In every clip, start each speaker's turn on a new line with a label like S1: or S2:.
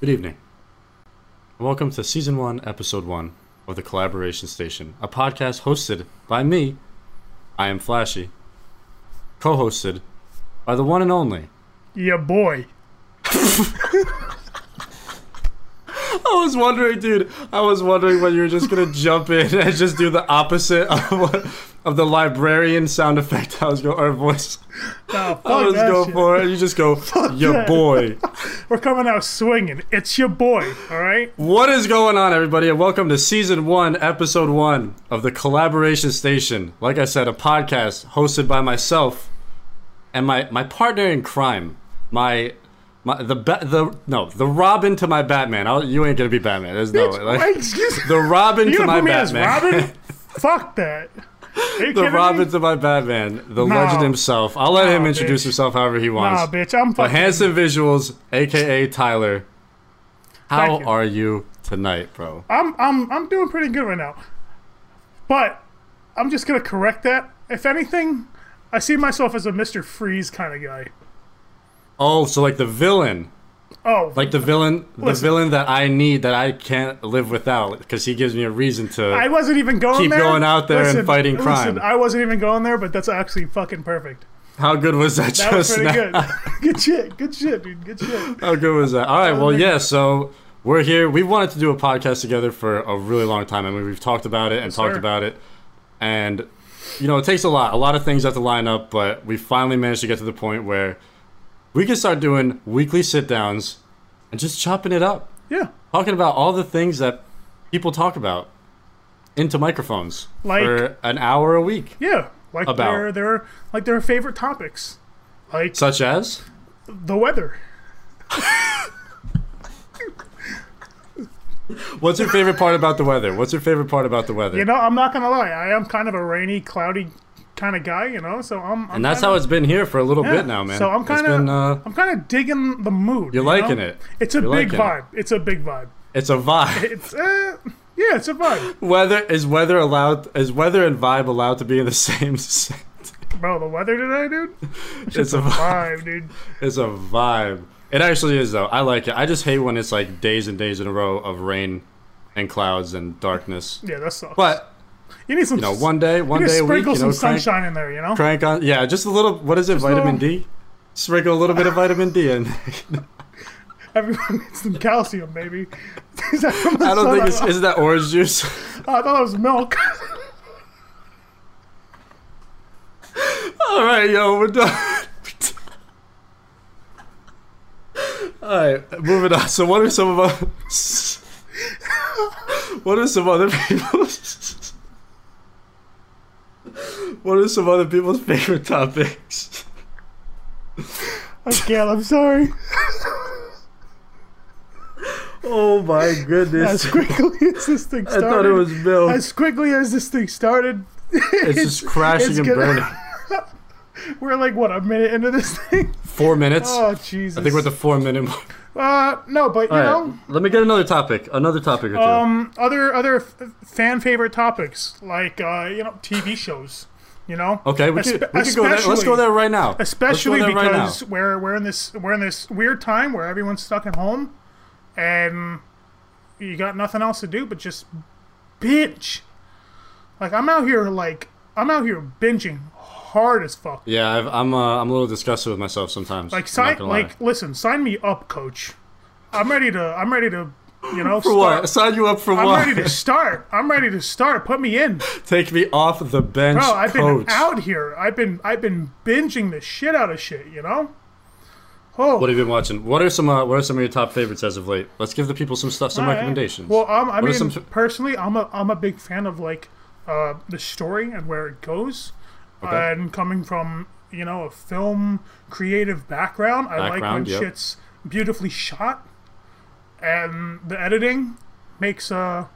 S1: Good evening. Welcome to Season 1, Episode 1 of The Collaboration Station, a podcast hosted by me, I am Flashy, co hosted by the one and only.
S2: Yeah, boy.
S1: I was wondering, dude, I was wondering when you were just going to jump in and just do the opposite of, what, of the librarian sound effect I was going, or voice
S2: Nah, fuck
S1: I was
S2: that
S1: going
S2: shit.
S1: for. it. You just go, your
S2: that."
S1: boy.
S2: We're coming out swinging. It's your boy, all right?
S1: What is going on, everybody, and welcome to season one, episode one of the Collaboration Station. Like I said, a podcast hosted by myself and my, my partner in crime, my my the ba- the no the Robin to my Batman. I'll, you ain't gonna be Batman. There's no way.
S2: Wait,
S1: Like,
S2: excuse
S1: the Robin to
S2: You gonna
S1: my
S2: put me as
S1: Batman.
S2: Robin? Fuck that. Are you
S1: The
S2: kidding
S1: Robin
S2: me?
S1: to my Batman. The legend himself. I'll let him
S2: Nah,
S1: introduce
S2: bitch.
S1: himself however he wants.
S2: Nah, bitch, I'm
S1: But
S2: fucking.
S1: handsome visuals, aka Tyler. How
S2: Thank you.
S1: are you tonight, bro?
S2: I'm, I'm, I'm doing pretty good right now. But I'm just going to correct that. If anything, I see myself as a Mr. Freeze kind of guy.
S1: Oh, so like the villain,
S2: Oh,
S1: like the villain, the
S2: Listen.
S1: villain that I need that I can't live without because he gives me a reason to.
S2: I wasn't even going
S1: Keep
S2: there.
S1: going out there and
S2: Listen,
S1: fighting crime.
S2: Listen, I wasn't even going there, but that's actually fucking perfect.
S1: how good was that?
S2: That was
S1: just
S2: pretty
S1: now?
S2: good. good shit. Good shit, dude. Good shit.
S1: How good was that? All right, well,
S2: amazing.
S1: yeah. So we're here. We wanted to do a podcast together for a really long time. I mean, we've talked about it and talked
S2: sir.
S1: about it, and you know, it takes a lot. A lot of things have to line up, but we finally managed to get to the point where we can start doing weekly sit downs and just chopping it up.
S2: Yeah.
S1: talking about all the things that people talk about into microphones
S2: Like-
S1: for an hour a week,
S2: Yeah, like
S1: About.
S2: their their like their favorite topics, like
S1: such as
S2: the weather.
S1: what's your favorite part about the weather? What's your favorite part about the weather?
S2: You know, I'm not gonna lie, I am kind of a rainy, cloudy kind of guy. You know, so I'm. I'm
S1: and that's
S2: kinda,
S1: how it's been here for a little
S2: Yeah,
S1: bit now, man.
S2: so I'm
S1: It's
S2: kinda-
S1: been, uh,
S2: I'm kind of digging the mood.
S1: you're
S2: you
S1: liking
S2: know?
S1: it.
S2: It's a
S1: You're
S2: big
S1: liking it.
S2: vibe. It's a big vibe.
S1: It's a vibe.
S2: It's uh, yeah, it's a vibe,
S1: Weather is weather allowed? Is weather and vibe allowed to be in the same? sen-
S2: bro. The weather today, dude.
S1: It's a vibe.
S2: Vibe, dude.
S1: It's a vibe. It actually is though. I like it. I just hate when it's like days and days in a row of rain and clouds and darkness.
S2: Yeah, that sucks.
S1: But
S2: you need some.
S1: you know, one day, one
S2: you need
S1: day
S2: to
S1: a week,
S2: sprinkle
S1: you know,
S2: some
S1: crank,
S2: sunshine in there. You know,
S1: crank on yeah just a little what is it
S2: a
S1: vitamin d sprinkle a little bit of vitamin d in
S2: everyone needs some calcium, baby. Is that from the
S1: i don't
S2: sun?
S1: think it's is that orange juice
S2: I thought it was milk.
S1: all right yo we're done all right moving on so what are some of us what are some other people's what are some other people's favorite topics
S2: Gail, I'm sorry.
S1: oh my
S2: As
S1: goodness
S2: quickly as this thing
S1: i
S2: started,
S1: thought it was bill
S2: as quickly as this thing started.
S1: it's, just crashing
S2: it's
S1: and
S2: gonna-
S1: burning
S2: We're like what a minute into this thing.
S1: four minutes
S2: Oh Jesus!
S1: i think we're at the four minute mark
S2: uh no, but you
S1: All right,
S2: know,
S1: let me get another topic. Another topic or two.
S2: um, other other f- fan favorite topics like uh you know TV shows, you know.
S1: okay, we
S2: espe-
S1: could, we could go there. Let's go
S2: especially-
S1: there right now. Let's go
S2: Especially
S1: there right now.
S2: because we're we're in this we're in this weird time where everyone's stuck at home, and you got nothing else to do but just binge. Like I'm out here like I'm out here binging hard as fuck.
S1: yeah, I've, I'm uh, I'm a little disgusted with myself sometimes.
S2: Like
S1: I'm not
S2: sign
S1: gonna lie.
S2: like listen, sign me up, coach. I'm ready to I'm ready to you know
S1: for
S2: start.
S1: what? Sign you up for
S2: I'm
S1: what?
S2: ready to start. I'm ready to start. Put me in.
S1: Take me off the bench,
S2: Bro, I've been
S1: coach.
S2: out here. I've been I've been binging the shit out of shit, you know? Oh,
S1: What have you been watching? What are some uh, What are some of your top favorites as of late? Let's give the people some stuff, some
S2: All right.
S1: recommendations.
S2: Well, um, I
S1: What are
S2: mean,
S1: some-
S2: personally, I'm a I'm a big fan of like uh, the story and where it goes,
S1: Okay.
S2: and coming from you know a film creative background, I like when
S1: Background, yep.
S2: shit's beautifully shot, and the editing makes uh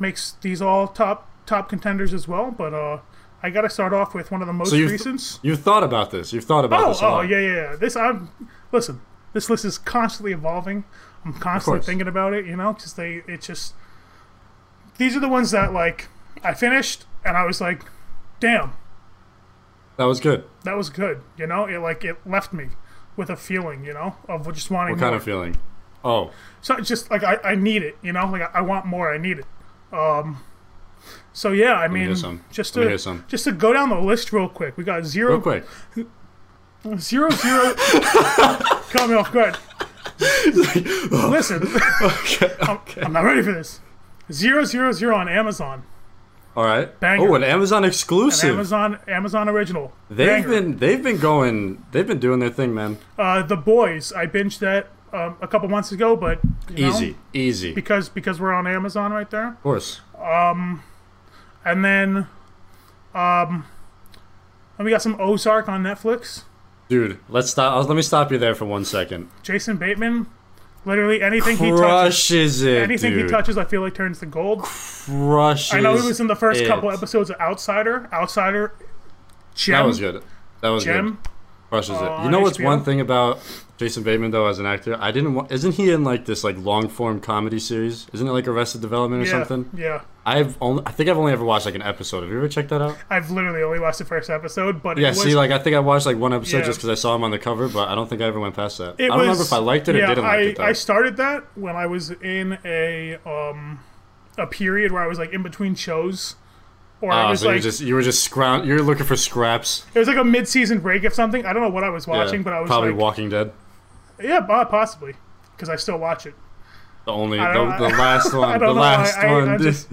S2: makes these all top top contenders as well. But uh, I got to start off with one of the most
S1: you've-
S2: recent.
S1: You've thought about this. You've thought about
S2: Oh,
S1: this. a
S2: oh
S1: lot.
S2: yeah, yeah, yeah. This I'm listen. This list is constantly evolving. I'm constantly
S1: course.
S2: thinking about it, you know, because they it just these are the ones that like I finished and I was like, damn,
S1: That was good.
S2: that was good, you know. It like it left me with a feeling, you know, of just wanting
S1: What kind
S2: more.
S1: of feeling? Oh,
S2: So it's just like I, I need it, you know, like I, I want more. I need it. Um, so yeah, I mean,
S1: hear some.
S2: just
S1: Let me
S2: to
S1: hear some.
S2: just to go down the list real quick. We got zero
S1: real quick.
S2: zero zero. Caught me off guard. Listen,
S1: Okay.
S2: I'm not ready for this. Zero zero zero on Amazon.
S1: All right.
S2: Banger.
S1: Oh, an Amazon exclusive.
S2: Amazon Amazon original.
S1: they've
S2: Banger.
S1: been they've been going. They've been doing their thing, man.
S2: uh, the boys. I binged that um, a couple months ago, but you know,
S1: Easy, easy. Of
S2: because because we're on Amazon right there.
S1: course.
S2: And then, um, and we got some Ozark on Netflix.
S1: Dude, let's stop. uh, Let me stop you there for one second.
S2: Jason Bateman, literally anything he touches,
S1: Crushes it,
S2: anything
S1: dude.
S2: he touches, I feel like turns to gold.
S1: Crushes.
S2: I know he was in the first
S1: it.
S2: couple episodes of Outsider. Outsider, gem,
S1: That was good. That was good.
S2: gem.
S1: Crushes it. You
S2: on
S1: know what's
S2: HBO?
S1: one thing about Jason Bateman though as an actor? I didn't. Want, isn't he in like this like long form comedy series? Isn't it like Arrested Development or
S2: Yeah,
S1: something?
S2: yeah.
S1: I've only. I think I've only ever watched like an episode. Have you ever checked that out?
S2: I've literally only watched the first episode, but
S1: Yeah.
S2: it was,
S1: see, like I think I watched like one episode
S2: Yeah.
S1: just because I saw him on the cover, but I don't think I ever went past that. I
S2: It
S1: don't remember
S2: was-
S1: if I liked it or
S2: yeah,
S1: didn't like
S2: I,
S1: it though.
S2: I started that when I was in a um a period where I was like in between shows, or I
S1: Ah,
S2: was
S1: so you
S2: like
S1: were just you were just scroun- You're looking for scraps.
S2: it was like a mid season break of something. I don't know what I was
S1: Yeah,
S2: watching, but I was
S1: probably
S2: like,
S1: Walking Dead.
S2: yeah, po- possibly because I still watch it.
S1: The only the,
S2: don't-
S1: the last one.
S2: don't
S1: Uh, the
S2: know,
S1: last
S2: I- I-
S1: one.
S2: I
S1: dude.
S2: just-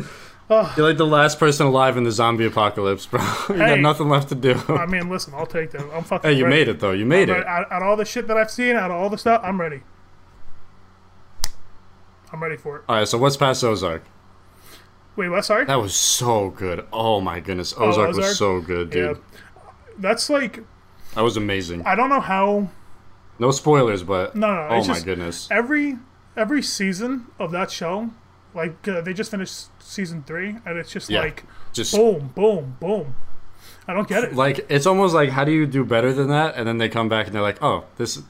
S1: You're like the last person alive in the zombie apocalypse, bro. you got
S2: Hey.
S1: nothing left to do.
S2: I mean, listen, I'll take that. I'm fucking.
S1: hey, you
S2: ready.
S1: made it though. You made
S2: But
S1: it.
S2: out, out of all the shit that I've seen, out of all the stuff, I'm ready. I'm ready for it.
S1: All right. So what's past Ozark?
S2: Wait, what? Sorry.
S1: That was so good. Oh my goodness, Ozark,
S2: Ozark?
S1: was so good, dude.
S2: That's like
S1: That was amazing.
S2: I don't know how
S1: No spoilers, but
S2: No, no,
S1: oh
S2: it's
S1: my
S2: just-
S1: goodness.
S2: every every season of that show, like uh, they just finished season three, and it's just
S1: Yeah.
S2: like
S1: Just
S2: boom, boom, boom. I don't get it.
S1: like it's almost like how do you do better than that? And then they come back and they're like, oh, this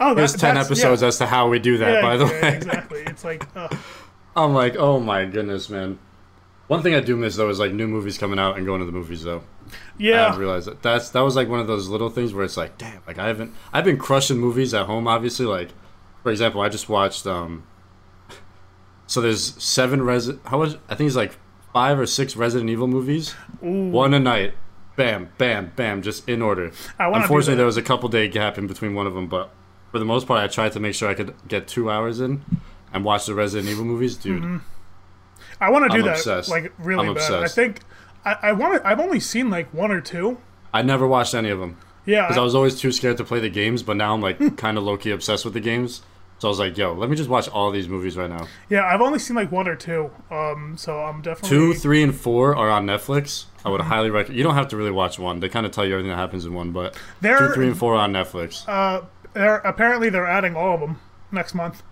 S2: Oh, that,
S1: there's ten
S2: that's-
S1: episodes
S2: Yeah.
S1: as to how we do that.
S2: Yeah,
S1: by the
S2: yeah,
S1: way,
S2: exactly. It's like uh,
S1: I'm like, oh my goodness, man. One thing I do miss though is like new movies coming out and going to the movies though. I
S2: yeah,
S1: realized that that's that was like one of those little things where it's like, damn, like I haven't I've been crushing movies at home, obviously. Like, for example, I just watched um. So there's seven res. How was I think it's like five or six Resident Evil movies, one a night. Bam, bam, bam, just in order.
S2: I wanna do
S1: Unfortunately,
S2: that.
S1: there was a couple day gap in between one of them, but for the most part, I tried to make sure I could get two hours in and watch the Resident Evil movies, dude.
S2: Mm-hmm. I want to do
S1: I'm
S2: that
S1: obsessed.
S2: like really
S1: I'm
S2: bad.
S1: obsessed.
S2: I think I, I want. I've only seen like one or two.
S1: I never watched any of them.
S2: Yeah,
S1: because I was always too scared to play the games, but now I'm
S2: Hmm.
S1: like kind of low key obsessed with the games. So I was like, yo, let me just watch all these movies right now.
S2: yeah, I've only seen like one or two. Um, so I'm definitely
S1: Two, three, and four are on Netflix. I
S2: Hmm.
S1: would highly recommend. You don't have to really watch one; they kind of tell you everything that happens in one. But two,
S2: They're-
S1: three, and four are on Netflix.
S2: Uh, they're apparently they're adding all of them next month.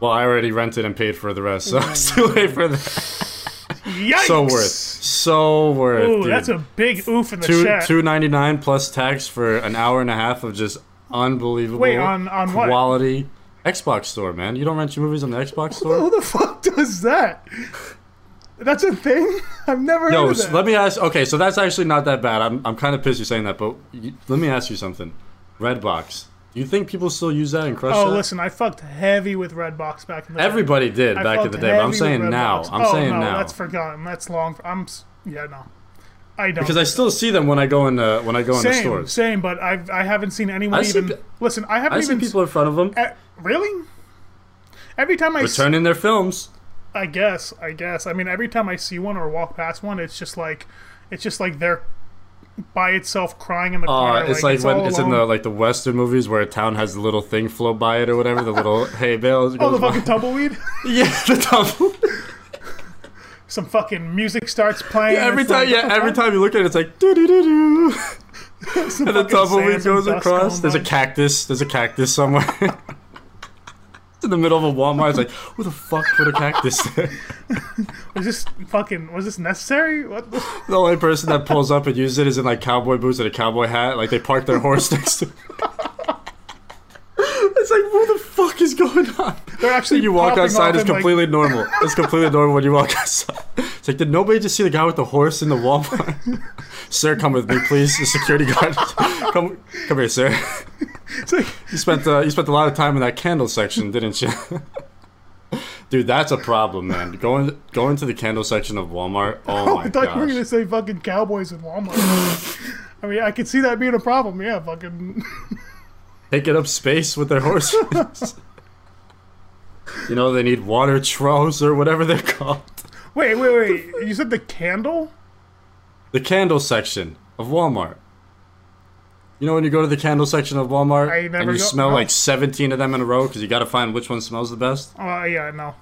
S1: well, I already rented and paid for the rest, so it's
S2: Hmm.
S1: too late for that.
S2: Yikes!
S1: So worth, so worth.
S2: Ooh,
S1: dude.
S2: that's a big oof in the
S1: two
S2: chat.
S1: two ninety nine plus tax for an hour and a half of just unbelievable
S2: Wait, on- on what?
S1: quality Xbox store, man. You don't rent your movies on the Xbox store.
S2: Who the fuck does that? That's a thing. I've never
S1: Yo,
S2: heard of
S1: s-
S2: that.
S1: let me ask. Okay, so that's actually not that bad. I'm, I'm kind of pissed you're saying that, but y let me ask you something. Redbox. Do you think people still use that and crush
S2: oh,
S1: that?
S2: listen, I fucked heavy with Redbox back in the day.
S1: Everybody did
S2: I
S1: back in
S2: fucked
S1: the day, but
S2: heavy
S1: I'm
S2: with
S1: saying
S2: Redbox.
S1: now. I'm
S2: oh,
S1: saying
S2: no,
S1: now
S2: That's forgotten. That's long. For, I'm. s- Yeah, no. I don't.
S1: because I still see them when I go in the when I go in the
S2: same,
S1: stores.
S2: same, but I've I haven't seen anyone
S1: I see
S2: even.
S1: pe-
S2: listen, I haven't
S1: I see
S2: even.
S1: people in front of them
S2: eh, really? Every time I, s-
S1: returning their films.
S2: I guess, I guess. I mean, every time I see one or walk past one, it's just like, it's just like they're by itself crying in the
S1: Uh,
S2: corner.
S1: it's like, when
S2: all
S1: it's in
S2: alone.
S1: the like the Western movies where a town has the little thing float by it or whatever, the little hay bales.
S2: Oh, the fucking tumbleweed!
S1: yeah, the tumble.
S2: Some fucking music starts playing.
S1: every
S2: it's like,
S1: time, yeah,
S2: what the
S1: every
S2: fuck?
S1: time you look at it, it's like doo doo doo doo.
S2: Some
S1: And the
S2: fucking
S1: tumbleweed
S2: sands and
S1: goes
S2: dust
S1: across.
S2: going
S1: There's a
S2: by.
S1: cactus. There's a cactus somewhere. in the middle of a Walmart. It's like, who the fuck put a cactus there?
S2: Was this fucking? Was this necessary? What? The,
S1: the only person that pulls up and uses it is in like cowboy boots and a cowboy hat. Like they park their horse next to It's like, who the fuck is going on?
S2: they're actually.
S1: You walk
S2: popping
S1: outside,
S2: off
S1: it's
S2: in, like-
S1: completely normal. It's completely normal when you walk outside. It's like, did nobody just see the guy with the horse in the Walmart? sir, come with me, please. The security guard. come, come here, sir.
S2: it's like, oh,
S1: You spent uh, you spent a lot of time in that candle section, didn't you? Dude, that's a problem, man. Going going to the candle section of Walmart. Oh my
S2: I thought
S1: gosh.
S2: you were gonna say fucking cowboys in Walmart. I mean, I could see that being a problem. Yeah, fucking.
S1: taking up space with their horses. you know, they need water troughs or whatever they're called.
S2: Wait, wait, wait. You said the candle?
S1: The candle section of Walmart. You know when you go to the candle section of Walmart
S2: I
S1: and
S2: never
S1: you
S2: go-
S1: smell
S2: no.
S1: like 17 of them in a row because you got to find which one smells the best?
S2: Oh, yeah, no,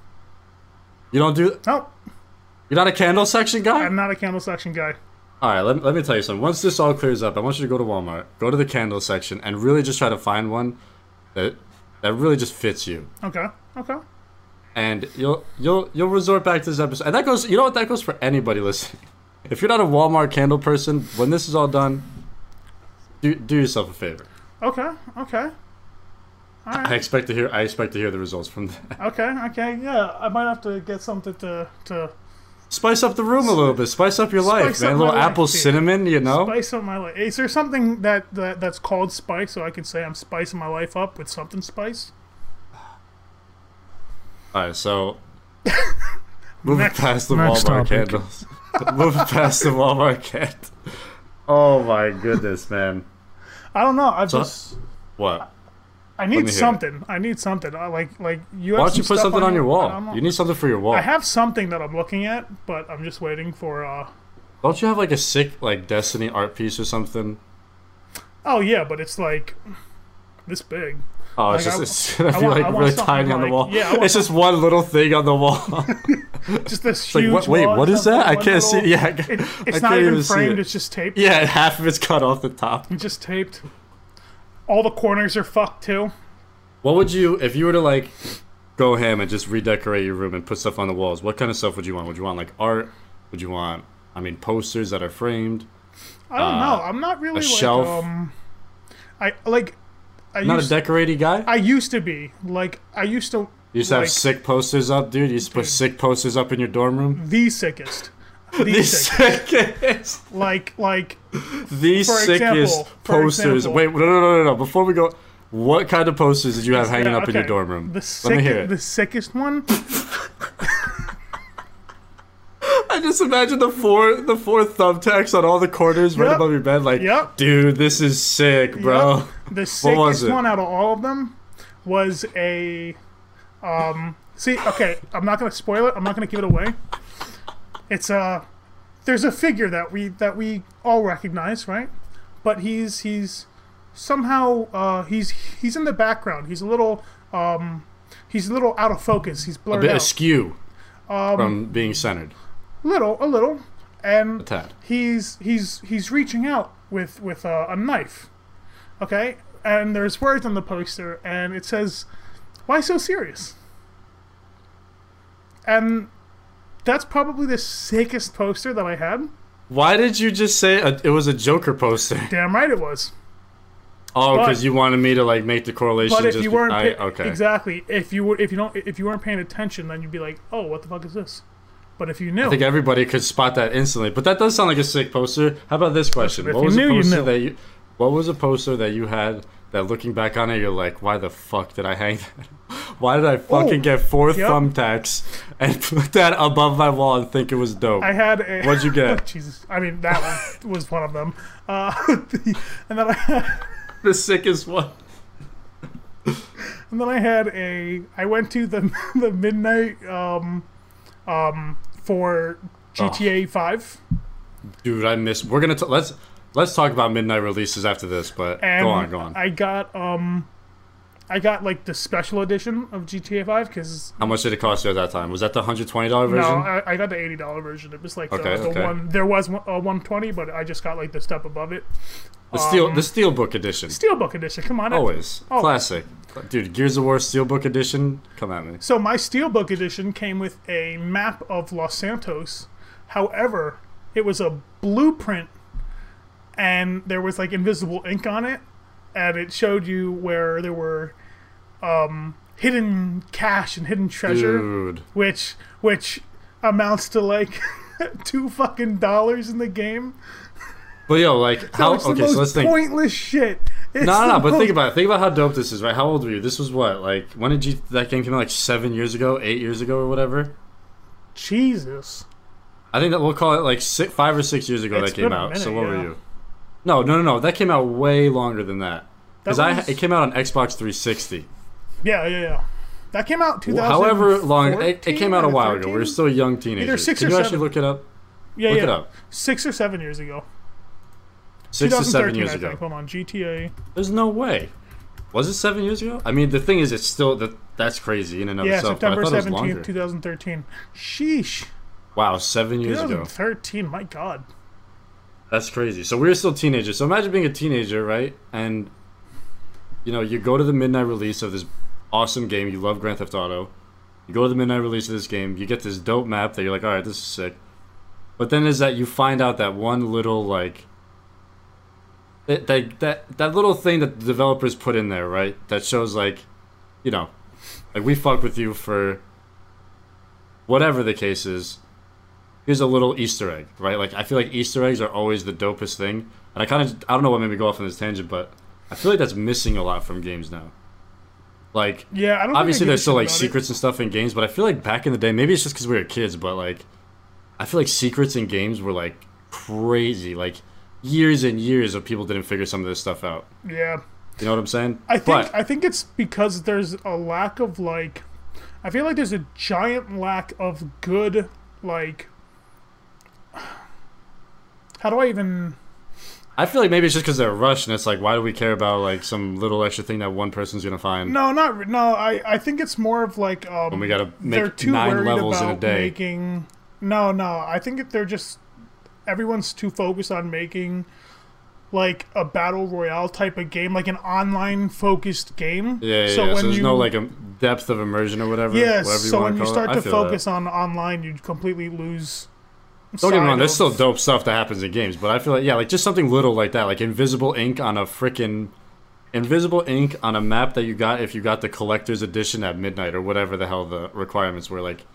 S1: You don't do.
S2: no.
S1: You're not a candle section guy.
S2: I'm not a candle section guy.
S1: All right, let, let me tell you something. Once this all clears up, I want you to go to Walmart, go to the candle section, and really just try to find one that that really just fits you.
S2: Okay, okay.
S1: and you'll you'll you'll resort back to this episode. And that goes, you know what? That goes for anybody listening. If you're not a Walmart candle person, when this is all done, do do yourself a favor.
S2: Okay, okay,
S1: I expect to hear I expect to hear the results from that.
S2: okay, okay. Yeah, I might have to get something to to
S1: Spice up the room a little bit. Spice up your life,
S2: Spice up
S1: man. A
S2: my
S1: little
S2: life,
S1: apple
S2: dude.
S1: cinnamon, you know.
S2: spice up my life. Is there something that, that that's called spice, so I can say I'm spicing my life up with something spice?
S1: All right, so moving
S2: Next-
S1: past the Walmart
S3: next topic.
S1: candles. moving past the Walmart candle. Oh my goodness, man!
S2: I don't know. I have
S1: So-
S2: just
S1: What?
S2: I
S1: me hear
S2: need
S1: it.
S2: something. I need something. I like like you. Have
S1: Why don't you
S2: some
S1: put
S2: stuff
S1: something on your
S2: I don't know.
S1: wall? You need something for your wall.
S2: I have something that I'm looking at, but I'm just waiting for. uh
S1: Don't you have like a sick like Destiny art piece or something?
S2: Oh yeah, but it's like this big.
S1: Oh, it's
S2: Like,
S1: just
S2: I-
S1: it's gonna
S2: I
S1: be
S2: want-
S1: like
S2: I want
S1: really
S2: something
S1: tiny on the
S2: like-
S1: wall.
S2: yeah, I want
S1: it's just one little thing on the wall.
S2: Just this
S1: like,
S2: huge.
S1: what- wait,
S2: wall.
S1: what
S2: It's
S1: is
S2: got
S1: that? I
S2: one
S1: can't see-
S2: little-
S1: yeah, I
S2: it-
S1: ca- I
S2: it's
S1: can't
S2: not
S1: even
S2: even
S1: see
S2: framed.
S1: it.
S2: It's just taped.
S1: yeah, half of it's cut off the top.
S2: It's just taped. All the corners are fucked too.
S1: What would you if you were to like go ham and just redecorate your room and put stuff on the walls? What kind of stuff would you want? Would you want like art? Would you want I mean posters that are framed?
S2: I don't know. I'm not really like
S1: Uh, shelf?
S2: um. I like. I
S1: Not a
S2: used,
S1: decorating guy.
S2: I used to be like I used to.
S1: you used to have
S2: like-
S1: sick posters up, dude. You used to put sick posters up in your dorm room.
S2: the sickest. The,
S1: The
S2: sick.
S1: sickest.
S2: Like like
S1: the
S2: For
S1: sickest
S2: example- for
S1: posters.
S2: example-
S1: Wait, no, no, no, no, no. Before we go, what kind of posters did you have hanging
S2: yeah,
S1: up in your
S2: okay.
S1: dorm room?
S2: The
S1: Let me
S2: sick,
S1: hear it.
S2: the sickest one.
S1: I just imagine the four, the four thumbtacks on all the corners right
S2: Yep.
S1: above your bed. Like,
S2: Yep.
S1: dude, this is sick, bro.
S2: Yep. The
S1: was
S2: sickest
S1: it?
S2: one out of all of them was a. Um, see, okay, I'm not gonna spoil it. I'm not gonna give it away. It's a. There's a figure that we that we all recognize, right? But he's he's somehow uh, he's he's in the background. He's a little um, he's a little out of focus. He's
S1: A
S2: blurred
S1: bit
S2: out.
S1: askew
S2: Um,
S1: from being centered.
S2: little, a little, and
S1: tad.
S2: he's he's he's reaching out with with a, a knife, okay. And there's words on the poster, and it says, "Why so serious?" And that's probably the sickest poster that I had.
S1: Why did you just say a, it was a Joker poster?
S2: Damn right it was.
S1: Oh,
S2: But-
S1: because you wanted me to like make the correlation.
S2: But if
S1: just
S2: you
S1: be-
S2: weren't
S1: I-
S2: pa-
S1: okay.
S2: exactly, if you were if you don't if you weren't paying attention, then you'd be like, "Oh, what the fuck is this?" But if you knew,
S1: I think everybody could spot that instantly. But that does sound like a sick poster. How about this question?
S2: If
S1: What
S2: you
S1: was a
S2: knew, you
S1: poster
S2: knew.
S1: that you what was a poster that you had that looking back on it you're like, why the fuck did I hang that? Why did I fucking
S2: Oh,
S1: get four
S2: yep.
S1: thumbtacks and put that above my wall and think it was dope?
S2: I had a.
S1: What'd you get?
S2: Jesus, I mean that one was one of them. Uh, the- and then I had,
S1: the sickest one.
S2: and then I had a. I went to the the midnight um, um, for GTA Five,
S1: Dude, I miss we're gonna t- let's let's talk about midnight releases after this, but
S2: and
S1: go on, go on.
S2: Um, I got um, I got like the special edition of GTA Five because
S1: How much did it cost you at that time? Was that the hundred twenty dollar
S2: no,
S1: version?
S2: I, I got the eighty dollar version. It was like
S1: Okay,
S2: the, the
S1: okay.
S2: one. There was one- a one twenty, but I just got like the step above it.
S1: the steel
S2: um,
S1: the steelbook edition.
S2: Steelbook edition. Come
S1: Oh,
S2: on,
S1: Always.
S2: Always.
S1: Classic. Dude, Gears of War Steelbook Edition? Come at me.
S2: So my steelbook edition came with a map of Los Santos. However, it was a blueprint, and there was like invisible ink on it, and it showed you where there were um, hidden cash and hidden treasure,
S1: Dude.
S2: which which amounts to like two fucking dollars in the game.
S1: But yo, like,
S2: That
S1: how?
S2: was the
S1: Okay, so let's
S2: most
S1: think.
S2: pointless shit. It's
S1: No, no, no. But
S2: the
S1: think
S2: most-
S1: about it. Think about how dope this is, right? How old were you? This was what, like, when did you that game came out? Like seven years ago, eight years ago, or whatever.
S2: Jesus.
S1: I think that we'll call it like six, five or six years ago
S2: It's
S1: that
S2: been
S1: came
S2: a
S1: out. so
S2: minute,
S1: what were
S2: yeah.
S1: you? No, no, no, no. That came out way longer than that.
S2: That
S1: Because I
S2: was-
S1: it came out on Xbox 360.
S2: Yeah, yeah, yeah. That came out 2000.
S1: However long it, it came out a while ago. We were still young teenagers.
S2: six
S1: Can
S2: or
S1: you actually
S2: seven.
S1: look it up?
S2: yeah,
S1: look
S2: yeah.
S1: it up.
S2: Six or seven years ago.
S1: Six to seven
S2: 2013,
S1: years
S2: I
S1: ago.
S2: Think. Hold on, GTA.
S1: There's no way. Was it seven years ago? I mean, the thing is, it's still that that's crazy in and of
S2: Yeah,
S1: itself.
S2: September
S1: but I thought it was
S2: 17th,
S1: longer.
S2: 2013. Sheesh.
S1: Wow, seven years ago.
S2: 2013, my god.
S1: That's crazy. So we were still teenagers. So imagine being a teenager, right? And you know, you go to the midnight release of this awesome game. You love Grand Theft Auto. You go to the midnight release of this game. You get this dope map that you're like, all right, this is sick. But then is that you find out that one little like that that that, that little thing that the developers put in there, right? That shows like, you know, like we fuck with you for whatever the case is here's a little Easter egg, right? Like I feel like Easter eggs are always the dopest thing, and I kind of I don't know what made me go off on this tangent, but I feel like that's missing a lot from games now. Like
S2: Yeah, I don't. think I
S1: obviously
S2: give a
S1: there's
S2: shit
S1: still like
S2: about it.
S1: secrets and stuff in games, but I feel like back in the day, maybe it's just because we were kids, but like I feel like secrets in games were like crazy, like years and years of people didn't figure some of this stuff out.
S2: Yeah,
S1: You know what I'm saying?
S2: I think
S1: But-
S2: I think it's because there's a lack of like, I feel like there's a giant lack of good like. How do I even?
S1: I feel like maybe it's just because they're rushed, and it's like, why do we care about like some little extra thing that one person's gonna find?
S2: No, not re- no. I I think it's more of like um.
S1: When we gotta
S2: they're
S1: make
S2: too
S1: nine
S2: worried
S1: levels in
S2: about
S1: a day.
S2: making. No, no. I think that they're just everyone's too focused on making like a battle royale type of game, like an online focused game.
S1: Yeah, yeah. So, so there's no like a depth of immersion or whatever.
S2: Yes,
S1: whatever you
S2: so
S1: wanna
S2: when you
S1: call it.
S2: start
S1: I
S2: to
S1: feel
S2: focus on online, you completely lose.
S1: that. don't get me
S2: side
S1: wrong, there's
S2: of-
S1: still dope stuff that happens in games, but I feel like yeah, like just something little like that, like invisible ink on a freaking invisible ink on a map that you got if you got the collector's edition at midnight or whatever the hell the requirements were. Like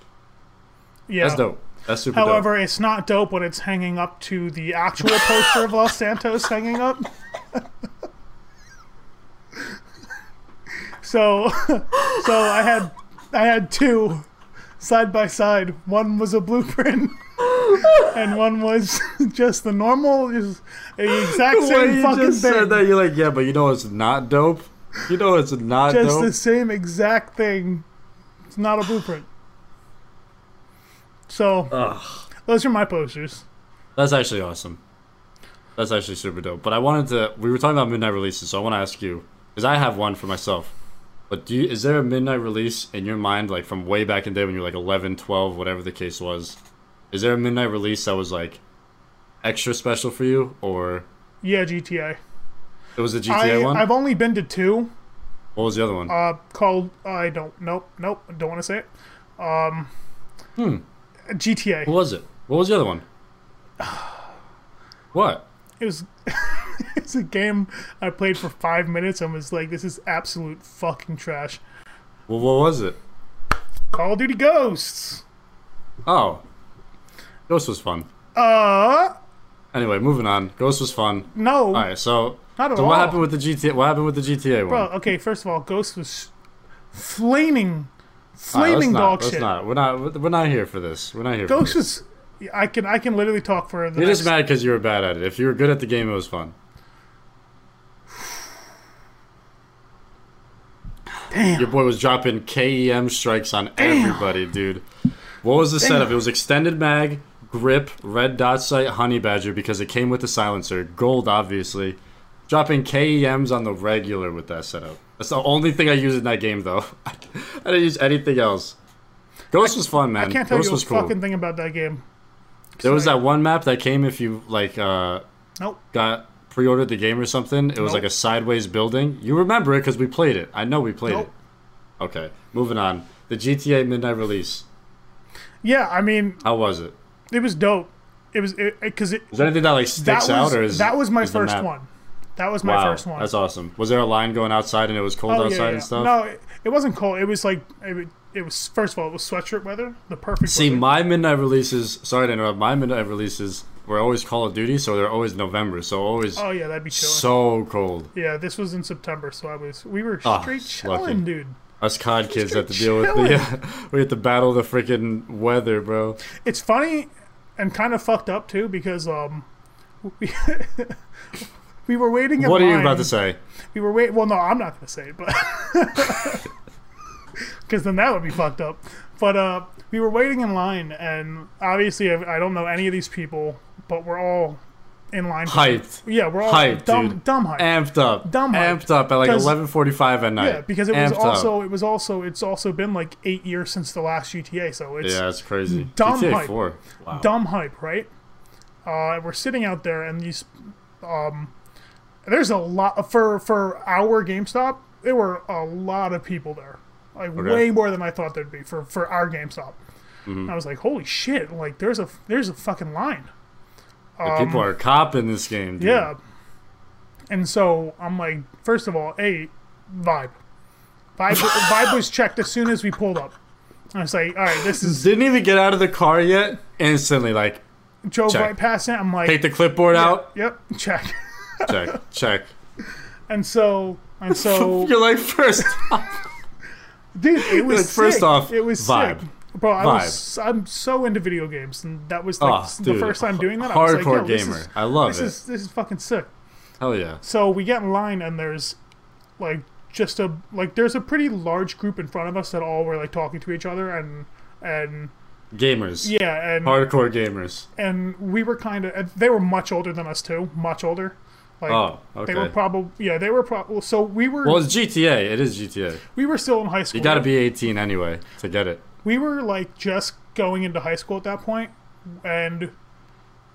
S2: yeah.
S1: that's dope. That's super dope.
S2: However, it's not dope when it's hanging up to the actual poster of Los Santos hanging up. so, so I had I had two side by side. One was a blueprint, and one was just the normal, just the exact
S1: The way
S2: same
S1: you
S2: fucking
S1: just
S2: thing.
S1: said that, you're like, yeah, but you know it's not dope. You know it's not
S2: just
S1: dope.
S2: the same exact thing. It's not a blueprint. So, those are my posters.
S1: That's actually awesome. That's actually super dope. But I wanted to. We were talking about midnight releases, so I want to ask you because I have one for myself. But do you, is there a midnight release in your mind, like from way back in the day when you were like 11, 12, whatever the case was? Is there a midnight release that was like extra special for you, or
S2: Yeah, GTA.
S1: it was the GTA
S2: I,
S1: one?
S2: I've only been to two.
S1: what was the other one?
S2: Uh, called I don't nope nope don't want to say it.
S1: Hmm.
S2: Um, GTA.
S1: what was it? What was the other one? what?
S2: It was it's a game I played for five minutes and was like, this is absolute fucking trash.
S1: Well, what was it?
S2: Call of Duty Ghosts.
S1: Oh, Ghost was fun.
S2: Uh,
S1: Anyway, moving on. Ghost was fun.
S2: no.
S1: All right, so
S2: Not at
S1: so what
S2: all.
S1: happened with the GTA? What happened with the GTA
S2: Bro,
S1: one?
S2: okay. First of all, Ghost was flaming,
S1: All right, let's
S2: flaming
S1: not-
S2: dog
S1: let's
S2: shit.
S1: Not, we're not. We're not here for this. We're not here. for
S2: Ghost
S1: this.
S2: was. I can I can literally talk for the
S1: You're
S2: next
S1: just mad because you were bad at it. If you were good at the game, it was fun. Damn. Your boy was dropping KEM strikes on everybody, dude. What was the setup? It was extended mag, grip, red dot sight, honey badger because it came with the silencer, gold obviously. Dropping KEMs on the regular with that setup. That's the only thing I used in that game though. I didn't use anything else. Ghost was fun, man.
S2: I can't tell
S1: Ghost
S2: you a
S1: was cool.
S2: fucking thing about that game.
S1: There was
S2: Sorry.
S1: that one map that came if you like uh
S2: Nope.
S1: got pre-ordered the game or something. It was like a
S2: Nope.
S1: sideways building. You remember it because we played it. I know we played
S2: Nope.
S1: it. Okay, moving on. The GTA Midnight release.
S2: Yeah, I mean,
S1: How was it?
S2: it was dope. It was because it,
S1: Is there anything that like
S2: that
S1: sticks
S2: was
S1: out, or is
S2: that was my
S1: is the
S2: first
S1: map-
S2: one. That was my
S1: Wow,
S2: first one.
S1: that's awesome. Was there a line going outside and it was cold
S2: Oh, yeah,
S1: outside
S2: yeah, yeah.
S1: and stuff?
S2: No, it, it wasn't cold. It was like it, wa- it was first of all it was sweatshirt weather, the perfect.
S1: See,
S2: weather.
S1: my midnight releases. Sorry to interrupt. My midnight releases were always Call of Duty, so they're always November, so always
S2: Oh yeah, that'd be chilling.
S1: so cold.
S2: yeah, this was in September, so I was we were
S1: Ah,
S2: straight
S1: lucky.
S2: chilling, dude.
S1: Us COD kids have to deal with
S2: chilling.
S1: the yeah, we have to battle the freaking weather, bro.
S2: It's funny and kind of fucked up too because um we, we were waiting. In
S1: What are
S2: line.
S1: you about to say?
S2: We were wait. Well, no, I'm not gonna say it, but because then that would be fucked up. But uh, we were waiting in line, and obviously, I, I don't know any of these people, but we're all in line. for-
S1: Hyped,
S2: Yeah, we're all
S1: hyped,
S2: dumb,
S1: dude.
S2: dumb hype.
S1: amped up,
S2: Dumb hyped.
S1: amped up at like
S2: 'Cause-
S1: 11:45 at night.
S2: yeah, because it was
S1: Amped up.
S2: also it was also it's also been like eight years since the last GTA, so it's
S1: yeah, it's crazy.
S2: dumb
S1: GTA
S2: hype.
S1: 4.
S3: Wow.
S2: dumb hype, right? Uh, we're sitting out there, and these, um, there's a lot for for our GameStop. There were a lot of people there, like
S1: Okay. Mm-hmm.
S2: way more than I thought there'd be for for our GameStop. And I was like, holy shit! Like, there's a there's a fucking line.
S1: The people are copping this game. Dude.
S2: Yeah. And so I'm like, first of all, hey, vibe, vibe, vibe was checked as soon as we pulled up. I was like, all right, this is
S1: Didn't even get out of the car yet. Instantly, like,
S2: drove
S1: Check.
S2: right past it. I'm like,
S1: take the clipboard out.
S2: yep, check.
S1: Check, check.
S2: And so and so
S1: You're like first.
S2: dude, it was
S1: Like, first
S2: sick.
S1: off,
S2: it was
S1: vibe.
S2: sick. Bro, I was I'm so into video games and that was
S1: Oh,
S2: like the
S1: dude,
S2: first time doing that. I was like,
S1: Hardcore
S2: yo, this
S1: gamer.
S2: is-
S1: I love
S2: this
S1: it.
S2: is this is fucking sick.
S1: Hell yeah.
S2: So we get in line and there's like just a like there's a pretty large group in front of us that all were like talking to each other and and
S1: Gamers.
S2: yeah and
S1: Hardcore gamers.
S2: and we were kind of they were much older than us too, much older. Like
S1: Oh,
S2: they were
S1: okay.
S2: probably yeah they were probably so we were
S1: Well, it's GTA. It is GTA.
S2: we were still in high school.
S1: You gotta be 18 anyway to get it.
S2: we were like just going into high school at that point and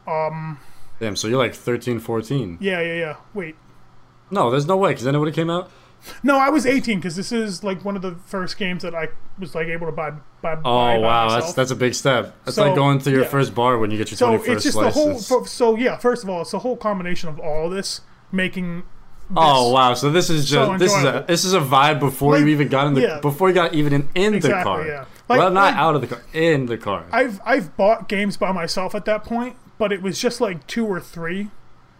S1: Damn, so you're like 13, 14.
S2: yeah yeah yeah wait
S1: No, there's no way, because then it would have came out.
S2: no i was 18 because this is like one of the first games that i was like able to buy buy, buy
S1: Oh,
S2: by
S1: wow. That's
S2: myself.
S1: that's a big step. That's
S2: So,
S1: like going to your
S2: yeah.
S1: first bar when you get your
S2: so
S1: 21st
S2: it's just
S1: license.
S2: the whole so yeah first of all it's the whole combination of all this making
S1: Oh wow! So this is just
S2: So
S1: this is a
S2: enjoyable.
S1: this is a vibe before
S2: Like,
S1: you even got in the
S2: yeah.
S1: before you got even in, in the
S2: Exactly,
S1: car.
S2: yeah.
S1: well,
S2: Like-
S1: not
S2: like-
S1: out of the car, in the car.
S2: i've i've bought games by myself at that point but it was just like two or three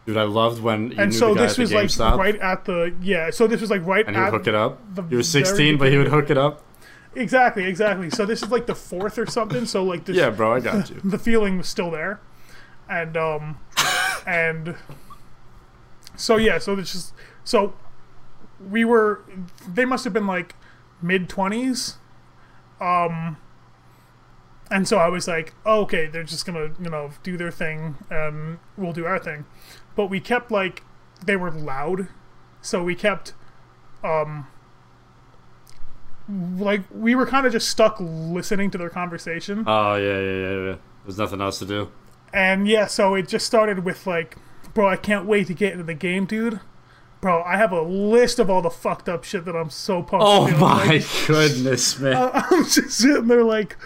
S1: Dude, I loved when you
S2: and
S1: knew
S2: so
S1: the guy
S2: this
S1: at
S2: was
S1: the
S2: like
S1: GameStop
S2: right at the yeah so this was like right
S1: and he
S2: at
S1: would hook it up.
S2: the
S1: You were
S2: very
S1: 16, but he would hook it up.
S2: exactly exactly so this is like the fourth or something so like this
S1: Yeah, bro, I got you.
S2: the feeling was still there, and um, and so yeah, so it's just so we were they must have been like mid twenties, um, and so I was like, oh, okay, they're just gonna you know do their thing, and we'll do our thing, but we kept like they were loud, so we kept um. Like we were kind of just stuck listening to their conversation,
S1: Oh yeah, yeah, yeah, yeah. There's nothing else to do.
S2: And yeah, so it just started with like, bro, I can't wait to get into the game, dude. Bro, I have a list of all the fucked up shit that I'm so pumped.
S1: Oh
S2: to do.
S1: my
S2: Like,
S1: goodness, man.
S2: I'm just sitting there like,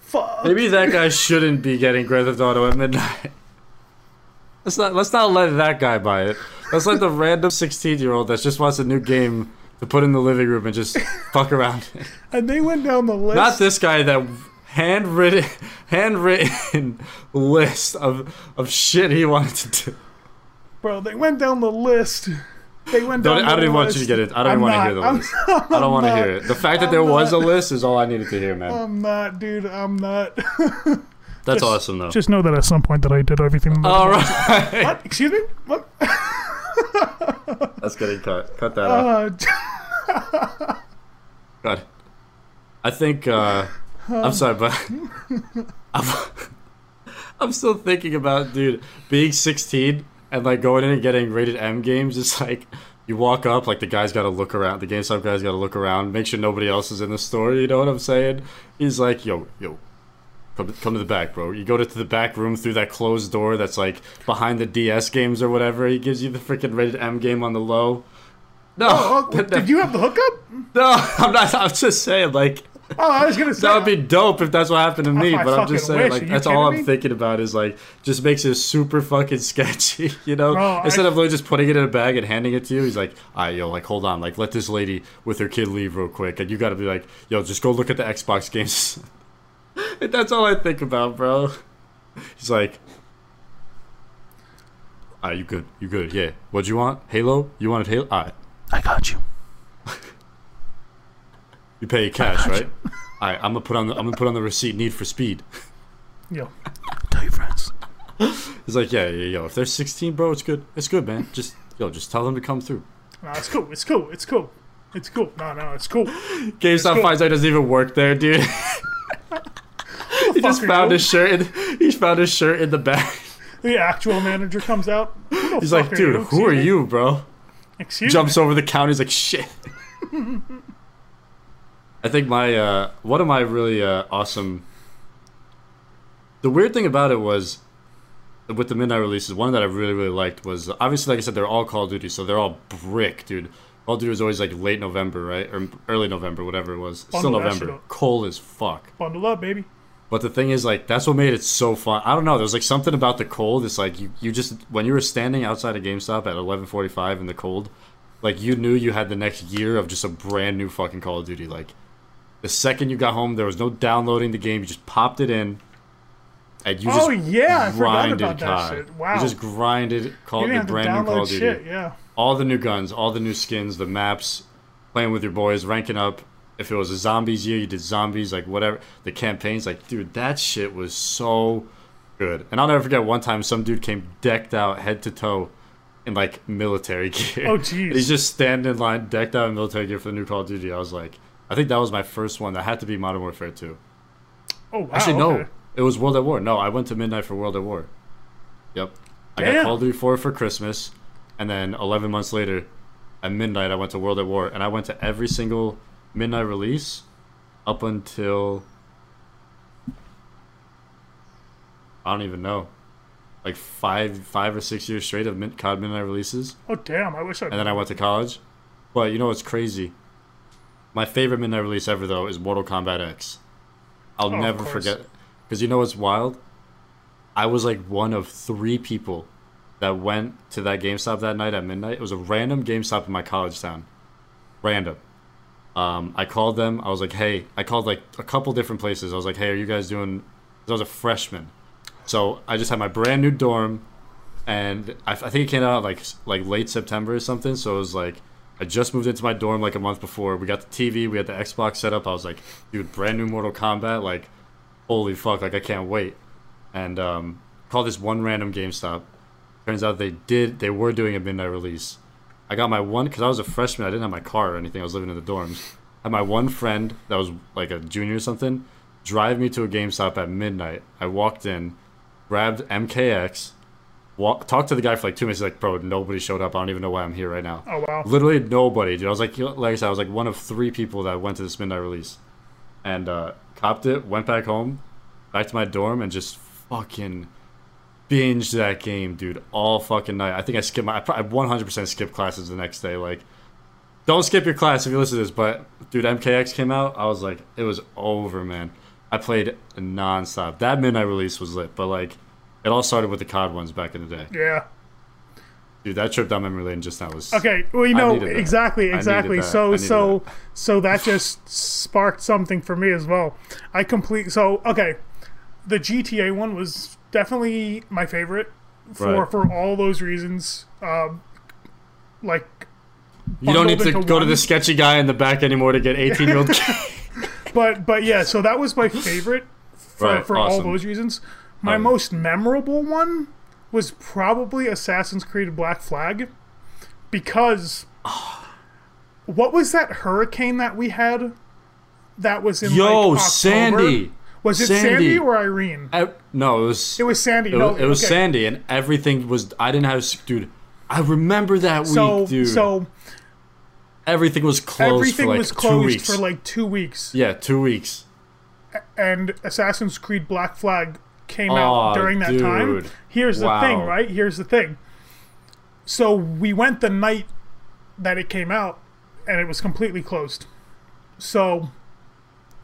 S2: fuck.
S1: Maybe that guy shouldn't be getting Grand Theft Auto at midnight. Let's not let's not let that guy buy it. Let's let the random 16 year old that just wants a new game to put in the living room and just fuck around.
S2: And they went down the list.
S1: Not this guy that handwritten handwritten list of of shit he wanted to do.
S2: bro, they went down the list. They went down
S1: Don't- I
S2: the
S1: don't even want you to
S2: list.
S1: get it. I don't even
S2: I'm
S1: want to
S2: not-
S1: hear the
S2: I'm
S1: list. I don't want to
S2: not-
S1: hear it. The fact that
S2: I'm
S1: there was a
S2: not-
S1: list is all I needed to hear, man.
S2: I'm not, dude. I'm not.
S1: That's
S2: just-
S1: awesome though.
S2: just know that at some point that I did everything. that-
S1: all right.
S2: What? Excuse me? What?
S1: That's getting cut. Cut that off.
S2: Uh,
S1: God. I think uh, I'm sorry, but I'm, I'm still thinking about dude being 16 and like going in and getting rated M games. It's like you walk up, like the guy's got to look around. The GameStop guy's got to look around, make sure nobody else is in the store. You know what I'm saying? He's like, yo, yo. Come, come to the back, bro. You go to, to the back room through that closed door that's like behind the DS games or whatever. He gives you the freaking rated M game on the low. No,
S2: oh, did you have the hookup?
S1: no, I'm not. I'm just saying, like
S2: Oh, I was gonna say
S1: that would be dope if that's what happened to me.
S2: I
S1: But I'm just
S2: fucking
S1: saying,
S2: wish. Are
S1: like
S2: you
S1: that's all
S2: kidding
S1: I'm
S2: me?
S1: thinking about is like just makes it super fucking sketchy, you know.
S2: Bro,
S1: Instead
S2: I-
S1: of like just putting it in a bag and handing it to you, he's like, "All right, yo, like hold on, like let this lady with her kid leave real quick," and you got to be like, "Yo, just go look at the Xbox games." And that's all I think about, bro. He's like, All right, you good? You good? Yeah. What'd you want? Halo? You wanted Halo? All right.
S3: I got you.
S1: You pay cash, right? All right. I'm gonna put on the I'm gonna put on the receipt. Need for Speed.
S2: Yo,
S3: Tell your friends.
S1: It's like yeah, yeah, yo. If they're 16, bro, it's good. It's good, man. Just yo, just tell them to come through.
S2: no, it's cool. It's cool. It's cool. It's cool. No, no, it's cool.
S1: GameStop
S2: cool.
S1: finds out he doesn't even work there, dude. he just
S2: Fucker,
S1: found
S2: yo.
S1: his shirt. In, he found his shirt in the back.
S2: The actual manager comes out. Who the
S1: He's
S2: fuck
S1: like, dude, who
S2: Excuse
S1: are
S2: me?
S1: you, bro?
S2: Excuse
S1: Jumps
S2: me.
S1: over the counter. He's like, shit. I think my uh, one of my really uh, awesome. The weird thing about it was, with the midnight releases, one that I really really liked was obviously like I said they're all Call of Duty, so they're all brick, dude. Call of Duty was always like late November, right, or early November, whatever it was. Still
S2: Bundle that shit
S1: November.
S2: up.
S1: Cold as fuck.
S2: Bundle up, baby.
S1: But the thing is, like, that's what made it so fun. I don't know. There's like something about the cold. It's like you, you just when you were standing outside of GameStop at 11:45 in the cold, like you knew you had the next year of just a brand new fucking Call of Duty. Like, the second you got home, there was no downloading the game. You just popped it in, and you just
S2: Oh, yeah, I forgot
S1: grinded
S2: about that
S1: COD.
S2: shit. Wow.
S1: you just grinded
S2: You
S1: Call
S2: didn't
S1: the
S2: have to
S1: brand new Call
S2: download
S1: of Duty,
S2: shit. Yeah.
S1: all the new guns, all the new skins, the maps, playing with your boys, ranking up. If it was a zombies year, you did zombies, like whatever. The campaigns, like, dude, that shit was so good. And I'll never forget one time some dude came decked out head to toe in like military gear.
S2: Oh, jeez.
S1: And He's just standing in line, decked out in military gear for the new Call of Duty. I was like, I think that was my first one. That had to be Modern Warfare 2.
S2: Oh wow.
S1: Actually, no,
S2: okay.
S1: it was World at War. No, I went to Midnight for World at War. Yep, I got
S2: Damn.
S1: Call of Duty Four for Christmas, and then 11 months later, at midnight, I went to World at War, and I went to every single midnight release up until I don't even know, like five, five or six years straight of mid- COD midnight releases
S2: Oh damn. I wish I.
S1: and then I went to college. But you know what's crazy? My favorite midnight release ever though is Mortal Kombat X. I'll
S2: Oh, of
S1: never
S2: course.
S1: forget because you know what's wild? I was like one of three people that went to that GameStop that night at midnight. It was a random GameStop in my college town, random. Um, I called them. I was like, "Hey," I called like a couple different places. I was like, "Hey, are you guys doing?" 'cause I was a freshman, so I just had my brand new dorm and I, I think it came out like like late September or something. So it was like I just moved into my dorm like a month before. We got the TV, we had the Xbox set up. I was like, dude, brand new Mortal Kombat, like holy fuck, like I can't wait. And um, called this one random GameStop. Turns out they did they were doing a midnight release. I got my one because I was a freshman. I didn't have my car or anything. I was living in the dorms. I had my one friend that was like a junior or something drive me to a GameStop at midnight. I walked in, grabbed MKX, walk, talked to the guy for like two minutes. He's like, bro, nobody showed up. I don't even know why I'm here right now.
S2: Oh wow.
S1: Literally nobody, dude. I was like, you know, like I said, I was like one of three people that went to this midnight release, and uh, copped it. Went back home, back to my dorm, and just fucking binged that game, dude, all fucking night. I think I skipped my, I probably 100% skipped classes the next day. Like, don't skip your class if you listen to this. But dude, MKX came out. I was like, it was over, man. I played nonstop. That midnight release was lit, but like, it all started with the COD ones back in the day.
S2: Yeah.
S1: Dude, that trip down memory lane just now was
S2: Okay, well, you know
S1: needed that.
S2: exactly,
S1: needed
S2: exactly.
S1: that. I
S2: So,
S1: needed
S2: so, so that just sparked something for me as well. I complete. So, okay, the GTA one was definitely my favorite for
S1: Right.
S2: for all those reasons. Um, like,
S1: You don't need to
S2: bundled
S1: go
S2: into
S1: to
S2: one.
S1: the sketchy guy in the back anymore to get 18 year old.
S2: but but yeah, so that was my favorite for
S1: Right,
S2: for
S1: awesome.
S2: all those reasons. My
S1: Um,
S2: most memorable one was probably Assassin's Creed Black Flag because what was that hurricane that we had that was in
S1: Yo,
S2: like, October?
S1: Sandy.
S2: Was it Sandy,
S1: Sandy.
S2: or Irene?
S1: no, it was
S2: It was Sandy.
S1: it,
S2: no,
S1: was- it was
S2: okay.
S1: Sandy, and everything was. I didn't have, s- dude. I remember that
S2: So
S1: week, dude.
S2: so
S1: everything was closed
S2: everything
S1: for like
S2: was
S1: two
S2: closed
S1: weeks.
S2: for like two weeks,
S1: yeah, two weeks.
S2: and Assassin's Creed Black Flag came
S1: Aw,
S2: out during that time.
S1: dude.
S2: Here's the thing,
S1: Wow.
S2: right? Here's the thing. So we went the night that it came out, and it was completely closed. So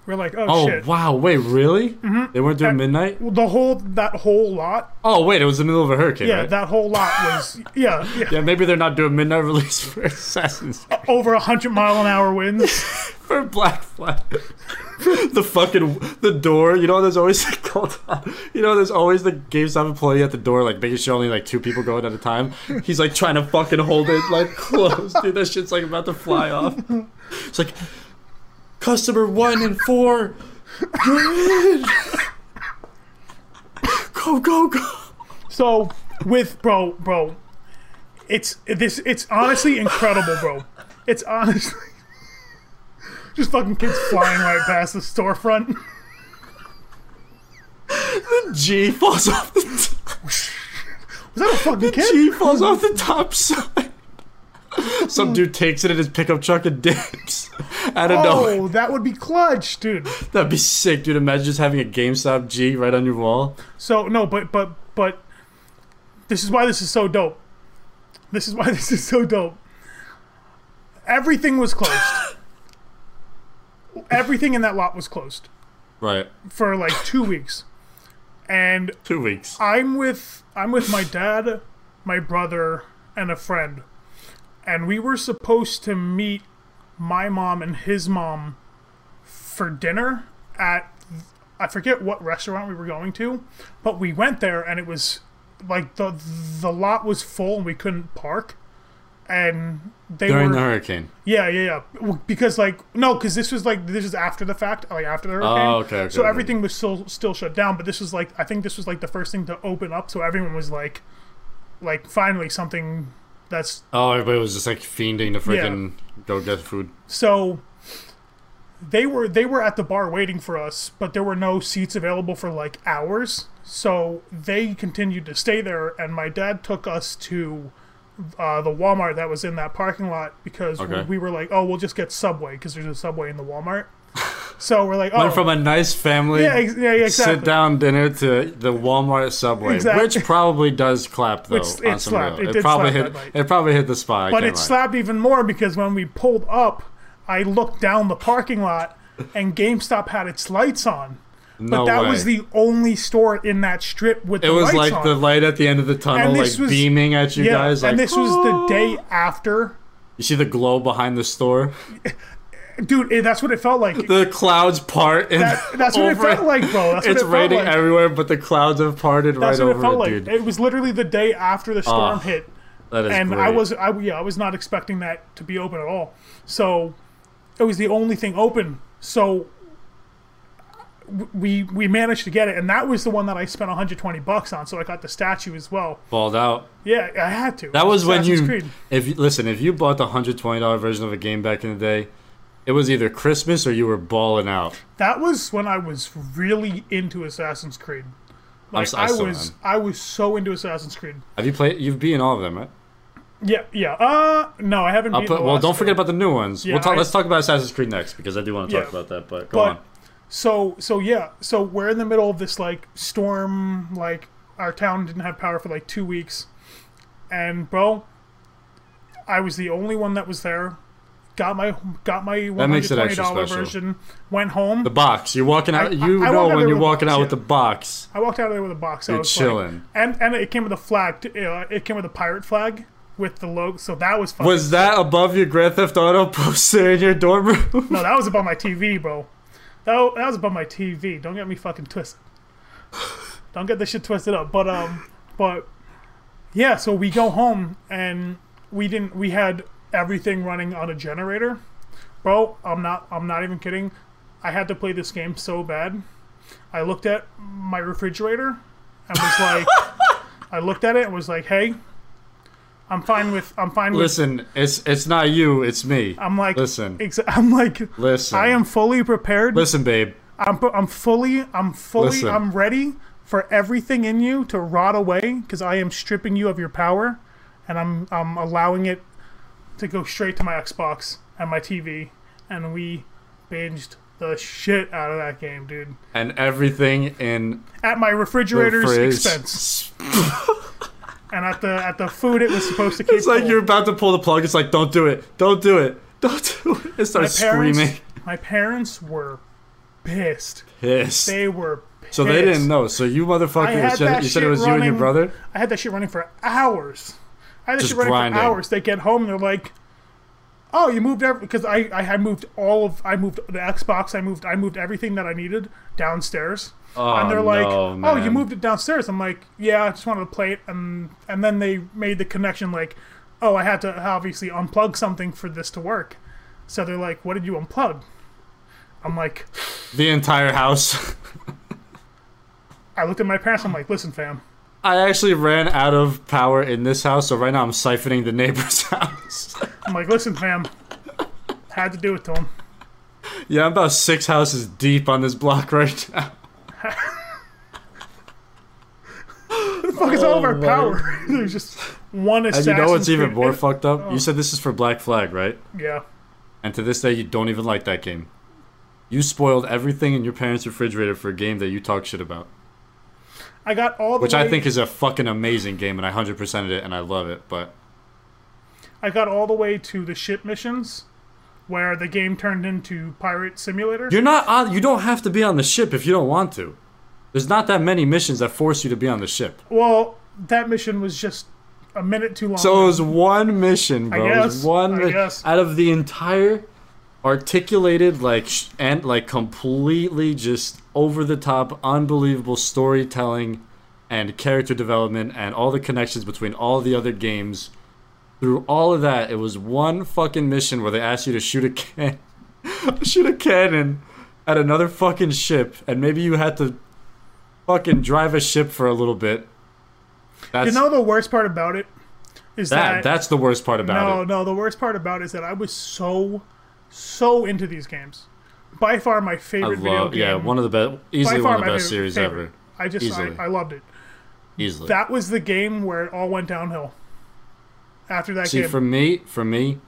S2: We're like, oh,
S1: Oh
S2: shit. Mm-hmm.
S1: wow! Wait, really? They weren't doing midnight.
S2: Well, The whole that whole lot,
S1: Oh wait, it was the middle of a hurricane,
S2: yeah,
S1: right?
S2: that whole lot was yeah, yeah,
S1: yeah, maybe they're not doing midnight release for Assassin's Creed.
S2: over a hundred mile an hour winds.
S1: for Black Flag. the fucking the door. You know, there's always the called. You know, there's always the GameStop employee at the door, like making sure only like two people go in at a time. He's like trying to fucking hold it like close, dude. That shit's like about to fly off. It's like customer one and four, you're in. go go go.
S2: So with bro, bro, it's this. It's honestly incredible, bro. It's honestly just fucking kids flying right past the storefront.
S1: G falls off the. T-
S2: Was that a fucking kid?
S1: She falls off the top side. Some dude takes it in his pickup truck and dips. I don't know.
S2: Oh, that would be clutch, dude.
S1: That'd be sick, dude. Imagine just having a GameStop G right on your wall.
S2: So no, but but but this is why this is so dope. This is why this is so dope. Everything was closed. Everything in that lot was closed
S1: Right.
S2: for like 2 weeks. And
S1: Two weeks.
S2: I'm with I'm with my dad, my brother, and a friend. And we were supposed to meet my mom and his mom for dinner at I forget what restaurant we were going to, but we went there and it was like the the lot was full and we couldn't park. And they
S1: During
S2: were
S1: the hurricane.
S2: yeah, yeah, yeah. Well, Because like no, because this was like this is after the fact, like after the hurricane.
S1: Oh, okay, okay,
S2: so
S1: okay.
S2: everything was still still shut down, but this was like I think this was like the first thing to open up, so everyone was like, like finally something that's
S1: Oh, everybody was just like fiending to freaking go get food.
S2: so. They were they were at the bar waiting for us, but there were no seats available for like hours. So they continued to stay there, and my dad took us to uh, the Walmart that was in that parking lot because
S1: Okay.
S2: we were like, oh, we'll just get Subway because there's a Subway in the Walmart. So we're like, oh,
S1: Went from a nice family
S2: yeah, ex- yeah, yeah, exactly.
S1: sit down dinner to the Walmart subway,
S2: Exactly.
S1: which probably does clap though.
S2: Which- it
S1: on some
S2: slapped.
S1: level.
S2: It did
S1: probably
S2: slap
S1: hit.
S2: that night.
S1: It probably hit the spot. I
S2: But
S1: can't
S2: it
S1: lie.
S2: slapped even more because when we pulled up, I looked down the parking lot and GameStop had its lights on.
S1: No
S2: but that
S1: way.
S2: was the only store in that strip with
S1: It
S2: the
S1: was
S2: lights
S1: like
S2: on.
S1: the light at the end of the tunnel,
S2: And
S1: like
S2: this was-
S1: beaming at you
S2: yeah,
S1: guys. Like,
S2: and this was the
S1: "Ah."
S2: day after.
S1: You see the glow behind the store,
S2: Dude, it, that's what it felt like.
S1: the clouds part, and
S2: That- that's what it
S1: over
S2: felt like, bro. That's what
S1: it's
S2: it felt
S1: raining
S2: like.
S1: everywhere, but the clouds have parted
S2: that's
S1: right
S2: what
S1: over
S2: it felt like.
S1: dude.
S2: It was literally the day after the storm
S1: Ah.
S2: hit.
S1: that is
S2: and
S1: great.
S2: I was I yeah I was not expecting that to be open at all. So it was the only thing open. So w- we we managed to get it, and that was the one that I spent 120 bucks on. So I got the statue as well.
S1: balled out.
S2: Yeah, I had to.
S1: That was when
S2: Assassin's
S1: you,
S2: Creed.
S1: if you, listen, if you bought the hundred twenty dollar version of a game back in the day, it was either Christmas or you were balling out.
S2: That was when I was really into Assassin's Creed. Like
S1: s- I
S2: I
S1: still
S2: was
S1: am.
S2: I was so into Assassin's Creed.
S1: Have you played? You've beaten all of them, right?
S2: Yeah, yeah. Uh, no, I haven't.
S1: I'll
S2: beaten
S1: put,
S2: the
S1: well,
S2: last
S1: don't
S2: two.
S1: forget about the new ones.
S2: Yeah,
S1: we'll talk,
S2: I-
S1: let's talk about Assassin's Creed next because I do want to talk
S2: Yeah.
S1: about that. But go on.
S2: But so so yeah, so we're in the middle of this like storm. Like our town didn't have power for like two weeks, and bro, I was the only one that was there. Got my got my one
S1: makes
S2: hundred
S1: it
S2: twenty
S1: extra
S2: dollar
S1: special.
S2: version. Went home.
S1: The box. You're walking out.
S2: I-
S1: you
S2: I- I
S1: know
S2: walk
S1: when
S2: out there
S1: you're
S2: with a
S1: walking
S2: box,
S1: out
S2: yeah.
S1: with the box.
S2: I walked out of there with a box. I
S1: You're
S2: was like-
S1: chilling.
S2: and and it came with a flag. t- Uh, it came with a pirate flag with the logo. So that was fun.
S1: Was that above your Grand Theft Auto poster in your dorm room?
S2: no, that was about my TV, bro. That, wa- that was about my TV. Don't get me fucking twisted. Don't get this shit twisted up. But um, but yeah. So we go home and we didn't. We had everything running on a generator, bro. I'm not. I'm not even kidding. I had to play this game so bad. I looked at my refrigerator and was like, I looked at it and was like, hey, I'm fine with. I'm fine with.
S1: Listen, it's it's not you, it's me.
S2: I'm like,
S1: listen,
S2: exa- I'm like,
S1: listen.
S2: I am fully prepared.
S1: Listen, babe.
S2: I'm I'm fully I'm fully
S1: Listen.
S2: I'm ready for everything in you to rot away because I am stripping you of your power, and I'm I'm allowing it to go straight to my Xbox and my TV, and we binged the shit out of that game, dude.
S1: And everything in
S2: At my
S1: the
S2: refrigerator's
S1: fridge.
S2: expense, and at the at the food it was supposed to keep.
S1: It's like
S2: cold.
S1: you're about to pull the plug. It's like, don't do it, don't do it, don't do it. It starts
S2: parents,
S1: screaming.
S2: My parents were pissed.
S1: Pissed.
S2: They were pissed.
S1: So they didn't know. So you
S2: I
S1: motherfucker,
S2: had
S1: you said,
S2: that
S1: you said it
S2: shit
S1: was you and your
S2: running-
S1: brother.
S2: I had that shit running for hours. I had that
S1: Just
S2: shit running
S1: grinding.
S2: for hours. They get home and they're like, "Oh, you moved every because I I had moved all of I moved the Xbox. I moved I moved everything that I needed downstairs."
S1: Oh,
S2: and they're like,
S1: no,
S2: "Oh, you
S1: man.
S2: moved it downstairs." I'm like, "Yeah, I just wanted to play it." And and then they made the connection like, "Oh, I had to obviously unplug something for this to work." So they're like, "What did you unplug?" I'm like,
S1: The entire house.
S2: I looked at my parents. I'm like, "Listen, fam,
S1: I actually ran out of power in this house, so right now I'm siphoning the neighbor's house.
S2: I'm like, listen, fam, had to do it to him."
S1: yeah, I'm about six houses deep on this block right now.
S2: Fuck, it's all over power. There's just one
S1: Oh, And
S2: assassin.
S1: you know what's even
S2: Creed-
S1: more
S2: it-
S1: fucked up? You said this is for Black Flag, right?
S2: Yeah.
S1: And to this day, you don't even like that game. You spoiled everything in your parents' refrigerator for a game that you talk shit about,
S2: I got all the
S1: which
S2: way,
S1: I think is a fucking amazing game, and I hundred percented it, and I love it. But
S2: I got all the way to the ship missions where the game turned into Pirate Simulator.
S1: you're not on. You don't have to be on the ship if you don't want to. There's not that many missions that force you to be on the ship.
S2: Well, that mission was just a minute too long.
S1: So it was one mission, bro. it was
S2: guess,
S1: one
S2: I
S1: mi-
S2: guess.
S1: out of the entire articulated, like sh- and like completely just over the top, unbelievable storytelling and character development and all the connections between all the other games. Through all of that, it was one fucking mission where they asked you to shoot a can, shoot a cannon at another fucking ship, and maybe you had to fucking drive a ship for a little bit. That's
S2: you know the worst part about it is
S1: that,
S2: that,
S1: that's the worst part about
S2: no,
S1: it.
S2: no. The worst part about it is that I was so, so into these games. By far, my
S1: I
S2: favorite video
S1: love,
S2: game.
S1: yeah, one of the best,
S2: by
S1: easily one
S2: far
S1: of the
S2: my
S1: best
S2: favorite-
S1: series
S2: favorite.
S1: ever,
S2: I just,
S1: Easily.
S2: I, I loved it.
S1: easily.
S2: That was the game where it all went downhill. After that
S1: See,
S2: game,
S1: for me, for me,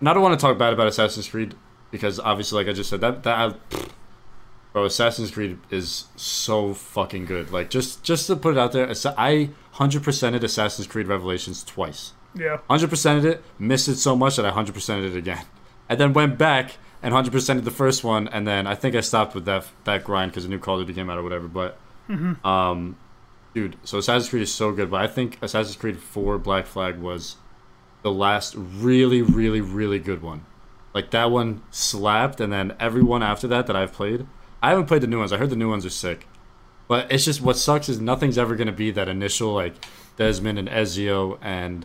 S1: and I don't want to talk bad about Assassin's Creed because obviously, like I just said, that that I, bro, Assassin's Creed is so fucking good. Like just just to put it out there, Assa- I hundred percented Assassin's Creed Revelations twice.
S2: yeah,
S1: Hundred percented it, missed it so much that I hundred percented it again, and then went back and hundred percented the first one, and then I think I stopped with that that grind because a new Call of Duty came out or whatever. But, um, dude, so Assassin's Creed is so good, but I think Assassin's Creed Four Black Flag was the last really, really, really good one. Like that one slapped, and then everyone after that that I've played, I haven't played the new ones. I heard the new ones are sick, but it's just what sucks is nothing's ever gonna be that initial like Desmond and Ezio and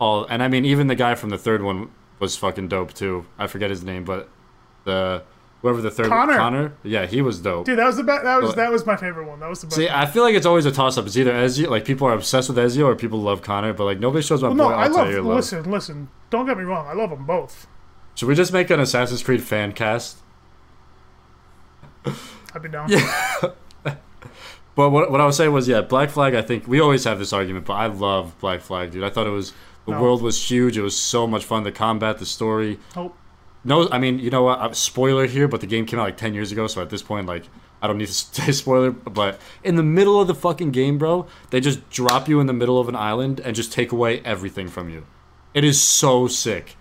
S1: all. And I mean, even the guy from the third one was fucking dope too. I forget his name, but the whoever the third
S2: Connor.
S1: Connor, yeah, he was dope.
S2: dude, that was the best. That was
S1: Well-
S2: that was my favorite one. That was the best.
S1: See, I feel like it's always a toss up. It's either Ezio, like people are obsessed with Ezio, or people love Connor. But like nobody shows my
S2: no,
S1: boy
S2: I love.
S1: Altair love.
S2: Listen, listen. Don't get me wrong. I love them both.
S1: Should we just make an Assassin's Creed fan cast?
S2: I'd be down.
S1: But what, what I was saying was, yeah, Black Flag. I think we always have this argument, but I love Black Flag, dude. I thought it was the
S2: No.
S1: world was huge. It was so much fun. The combat, the story.
S2: Nope.
S1: No, I mean, you know what? uh, Spoiler here, but the game came out like ten years ago, so at this point, like, I don't need to say spoiler. But in the middle of the fucking game, bro, they just drop you in the middle of an island and just take away everything from you. It is so sick.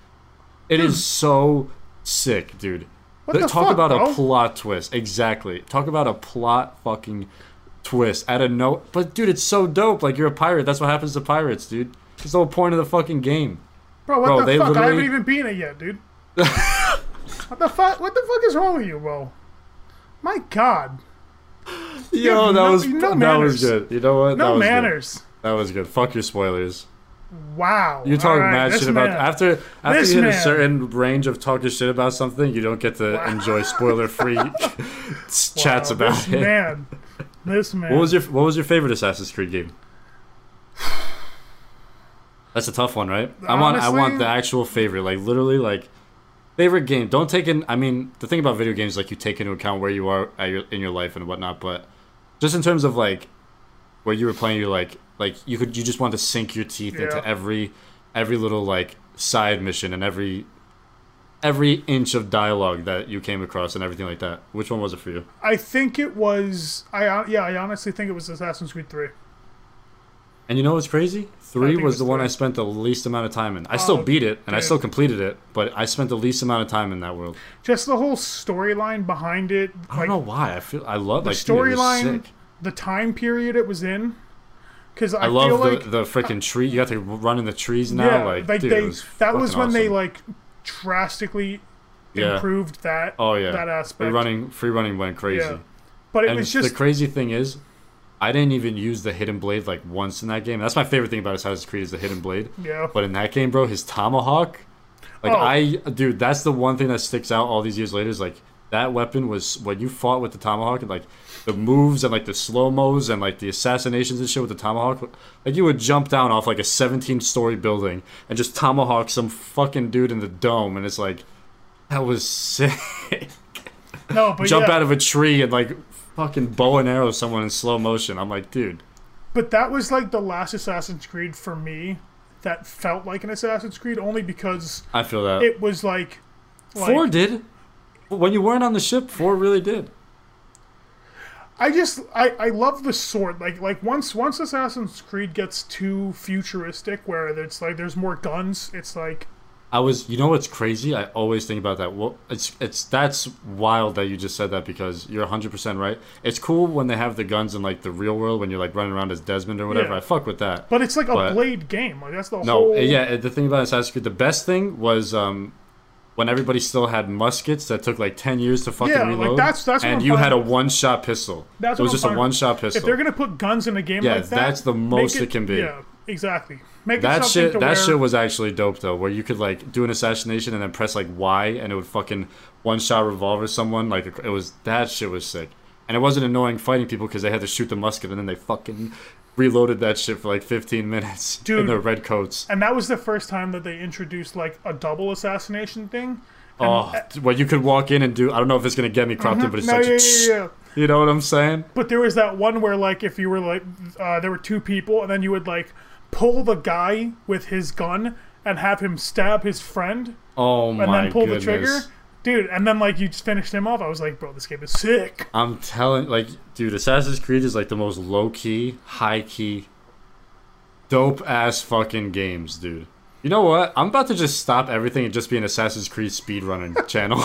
S1: It is so sick, dude.
S2: Hmm. What the
S1: Talk
S2: fuck,
S1: about
S2: bro?
S1: a plot twist. Exactly. Talk about a plot fucking twist out of no. But dude, it's so dope. Like you're a pirate. That's what happens to pirates, dude. It's the whole point of the fucking game.
S2: Bro, what
S1: Bro,
S2: the
S1: they
S2: fuck? I
S1: literally-
S2: haven't even been it yet, dude. what the fuck? What the fuck is wrong with you, bro? My God,
S1: Yo, that
S2: have no-
S1: was
S2: you have no
S1: that was
S2: manners.
S1: good. You know what? that
S2: no
S1: was good.
S2: manners.
S1: That was good. Fuck your spoilers.
S2: Wow.
S1: You talk
S2: All right,
S1: mad
S2: this
S1: shit about
S2: man.
S1: after after
S2: This
S1: you hit a
S2: man.
S1: certain range of talking shit about something, you don't get to enjoy spoiler free chats
S2: Wow,
S1: about
S2: this
S1: it.
S2: Man, this man.
S1: What was your What was your favorite Assassin's Creed game? That's a tough one, right? I want I want
S2: Honestly-
S1: the actual favorite, like literally, like favorite game. Don't take in. I mean, the thing about video games, like you take into account where you are at your, in your life and whatnot, but just in terms of like where you were playing, you're like like you could you just want to sink your teeth
S2: Yeah.
S1: into every every little like side mission and every every inch of dialogue that you came across and everything like that. Which one was it for you?
S2: I think it was. I hon- yeah. I honestly think it was Assassin's Creed Three.
S1: And you know what's crazy? Three
S2: think
S1: was
S2: it's
S1: the one
S2: three. Oh,
S1: I spent the least amount of time in. I still beat it and I
S2: dude.
S1: still completed it, but I spent the least amount of time in that world.
S2: Just the whole storyline behind it,
S1: I don't
S2: like
S1: know why. I feel I love
S2: the
S1: like dude, it was
S2: storyline,
S1: sick.
S2: the time period it was in. Because I,
S1: I
S2: feel
S1: love the
S2: like
S1: the freaking tree. You got to run in the trees now.
S2: yeah,
S1: like,
S2: like
S1: dude,
S2: they
S1: it was
S2: that was when
S1: fucking
S2: they
S1: awesome.
S2: like drastically
S1: Yeah.
S2: improved that.
S1: Oh yeah,
S2: that
S1: Free
S2: aspect.
S1: running, free running went crazy.
S2: Yeah, but it
S1: And
S2: was just
S1: the crazy thing is, I didn't even use the hidden blade like once in that game. That's my favorite thing about Assassin's Creed is the hidden blade.
S2: yeah.
S1: But in that game, bro, his tomahawk, like
S2: Oh.
S1: I, dude, that's the one thing that sticks out all these years later. Is like that weapon was when you fought with the tomahawk and like the moves and like the slow mos and like the assassinations and shit with the tomahawk. Like you would jump down off like a 17 story building and just tomahawk some fucking dude in the dome, and it's like that was sick.
S2: no, but
S1: Jump
S2: yeah,
S1: out of a tree and like fucking bow and arrow someone in slow motion. I'm like, dude,
S2: But that was like the last Assassin's Creed for me that felt like an Assassin's Creed only because
S1: I feel that.
S2: it was like, like
S1: four did. When you weren't on the ship, four really did.
S2: I just I, I love the sword like like once once Assassin's Creed gets too futuristic where it's like there's more guns it's like
S1: I was, you know, what's crazy? I always think about that. Well, it's it's that's wild that you just said that because you're 100 percent right. It's cool when they have the guns in like the real world when you're like running around as Desmond or whatever.
S2: Yeah.
S1: I fuck with that.
S2: but it's like a
S1: But-
S2: blade game like that's the
S1: No,
S2: whole
S1: yeah. The thing about Assassin's Creed, the best thing was um, when everybody still had muskets that took like 10 years to fucking
S2: Yeah, like,
S1: reload.
S2: that's- that's what
S1: and
S2: I'm
S1: you
S2: fine
S1: had a
S2: with.
S1: one-shot pistol.
S2: That's
S1: it
S2: what
S1: was
S2: I'm
S1: just a
S2: fine with.
S1: one-shot pistol.
S2: if they're gonna put guns in a game
S1: Yeah,
S2: like that
S1: that's the
S2: make
S1: most it can be.
S2: yeah exactly make it
S1: That
S2: something
S1: shit,
S2: to
S1: that
S2: where,
S1: shit was actually dope though, where you could like do an assassination and then press like Y and it would fucking one shot revolver someone. Like it was that shit was sick, and it wasn't annoying fighting people because they had to shoot the musket and then they fucking reloaded that shit for like 15 minutes in
S2: Dude.
S1: their red coats.
S2: and that was the first time that they introduced like a double assassination thing
S1: Oh, well, you could walk in and do. I don't know if it's gonna get me cropped in, but it's
S2: uh, Mm-hmm. no
S1: like,
S2: yeah, yeah, yeah.
S1: you know what I'm saying?
S2: But there was that one where, like, if you were like, uh, there were two people, and then you would like pull the guy with his gun and have him stab his friend,
S1: Oh
S2: and
S1: my
S2: then pull
S1: goodness.
S2: the trigger, dude. And then like you just finished him off. I was like, bro, this game is sick.
S1: I'm telling, like, dude, Assassin's Creed is like the most low key, high key, dope ass fucking games, dude. You know what? I'm about to just stop everything and just be an Assassin's Creed speedrunning channel.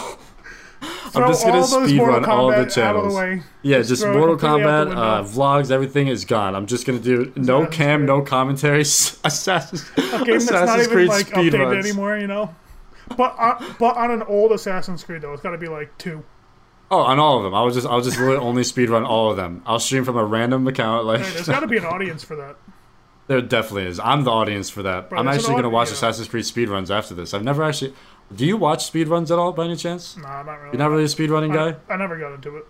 S2: Throw
S1: just gonna
S2: all those
S1: speed
S2: Mortal
S1: run all the
S2: Kombat out of
S1: channels.
S2: the way.
S1: yeah, just
S2: throw it
S1: Mortal
S2: completely out the
S1: Kombat, uh, vlogs, everything is gone. I'm just gonna do no
S2: Assassin's
S1: cam,
S2: Creed.
S1: no commentary. Assassin's,
S2: Game that's not
S1: Assassin's
S2: even
S1: Creed
S2: like updated
S1: speedruns.
S2: anymore, you know. But on, but on an old Assassin's Creed though, it's got to be like two.
S1: Oh, on all of them. I was just, I'll just really only speedrun all of them. I'll stream from a random account. Like,
S2: There's got to be an audience for that.
S1: There definitely is. I'm the audience for that.
S2: Bro,
S1: I'm
S2: there's an
S1: actually going to
S2: audi-
S1: watch
S2: yeah.
S1: Assassin's Creed speedruns after this. I've never actually. Do you watch speedruns at all by any chance?
S2: Nah, not really.
S1: You're not really a speedrunning guy?
S2: I, I never got into it.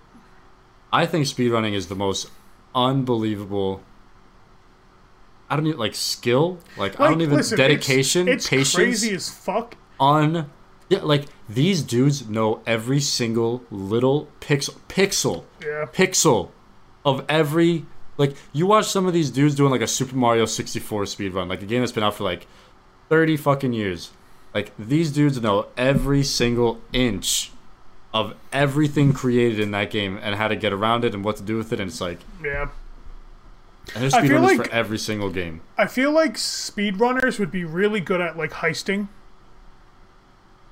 S1: I think speedrunning is the most unbelievable. I don't even like skill. Like, I
S2: Like,
S1: don't even
S2: listen, it's-
S1: dedication,
S2: It's,
S1: patience.
S2: crazy as fuck.
S1: On yeah, like these dudes know every single little pixel pixel
S2: Yeah.
S1: pixel of every like you watch some of these dudes doing like a Super Mario 64 speedrun, like a game that's been out for like 30 fucking years. Like these dudes know every single inch of everything created in that game and how to get around it and what to do with it and it's like
S2: Yeah.
S1: and there's
S2: I feel
S1: speedrunners
S2: like-
S1: for every single game.
S2: I feel like speedrunners would be really good at like heisting.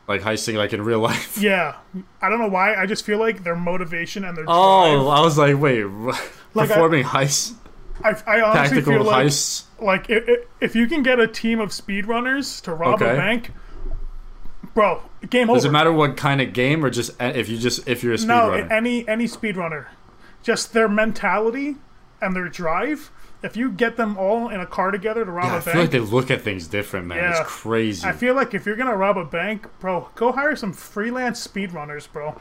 S1: Like heisting like in real life.
S2: Yeah, I don't know why. I just feel like their motivation and their
S1: Oh, I was like, wait, what?
S2: Like, I-
S1: performing heists,
S2: drive. I, I honestly
S1: tactical
S2: feel like
S1: heists.
S2: like if, if you can get a team of speedrunners to rob
S1: Okay.
S2: a bank, bro, game
S1: Does
S2: over.
S1: it matter what kind of game or just a- if you just if you're a
S2: no,
S1: speedrunner?
S2: any any speedrunner, just their mentality and their drive. If you get them all in a car together to rob
S1: Yeah, I
S2: a
S1: feel like
S2: bank,
S1: they look at things different, man.
S2: Yeah.
S1: It's crazy.
S2: I feel like if you're gonna rob a bank, bro, go hire some freelance speedrunners, bro.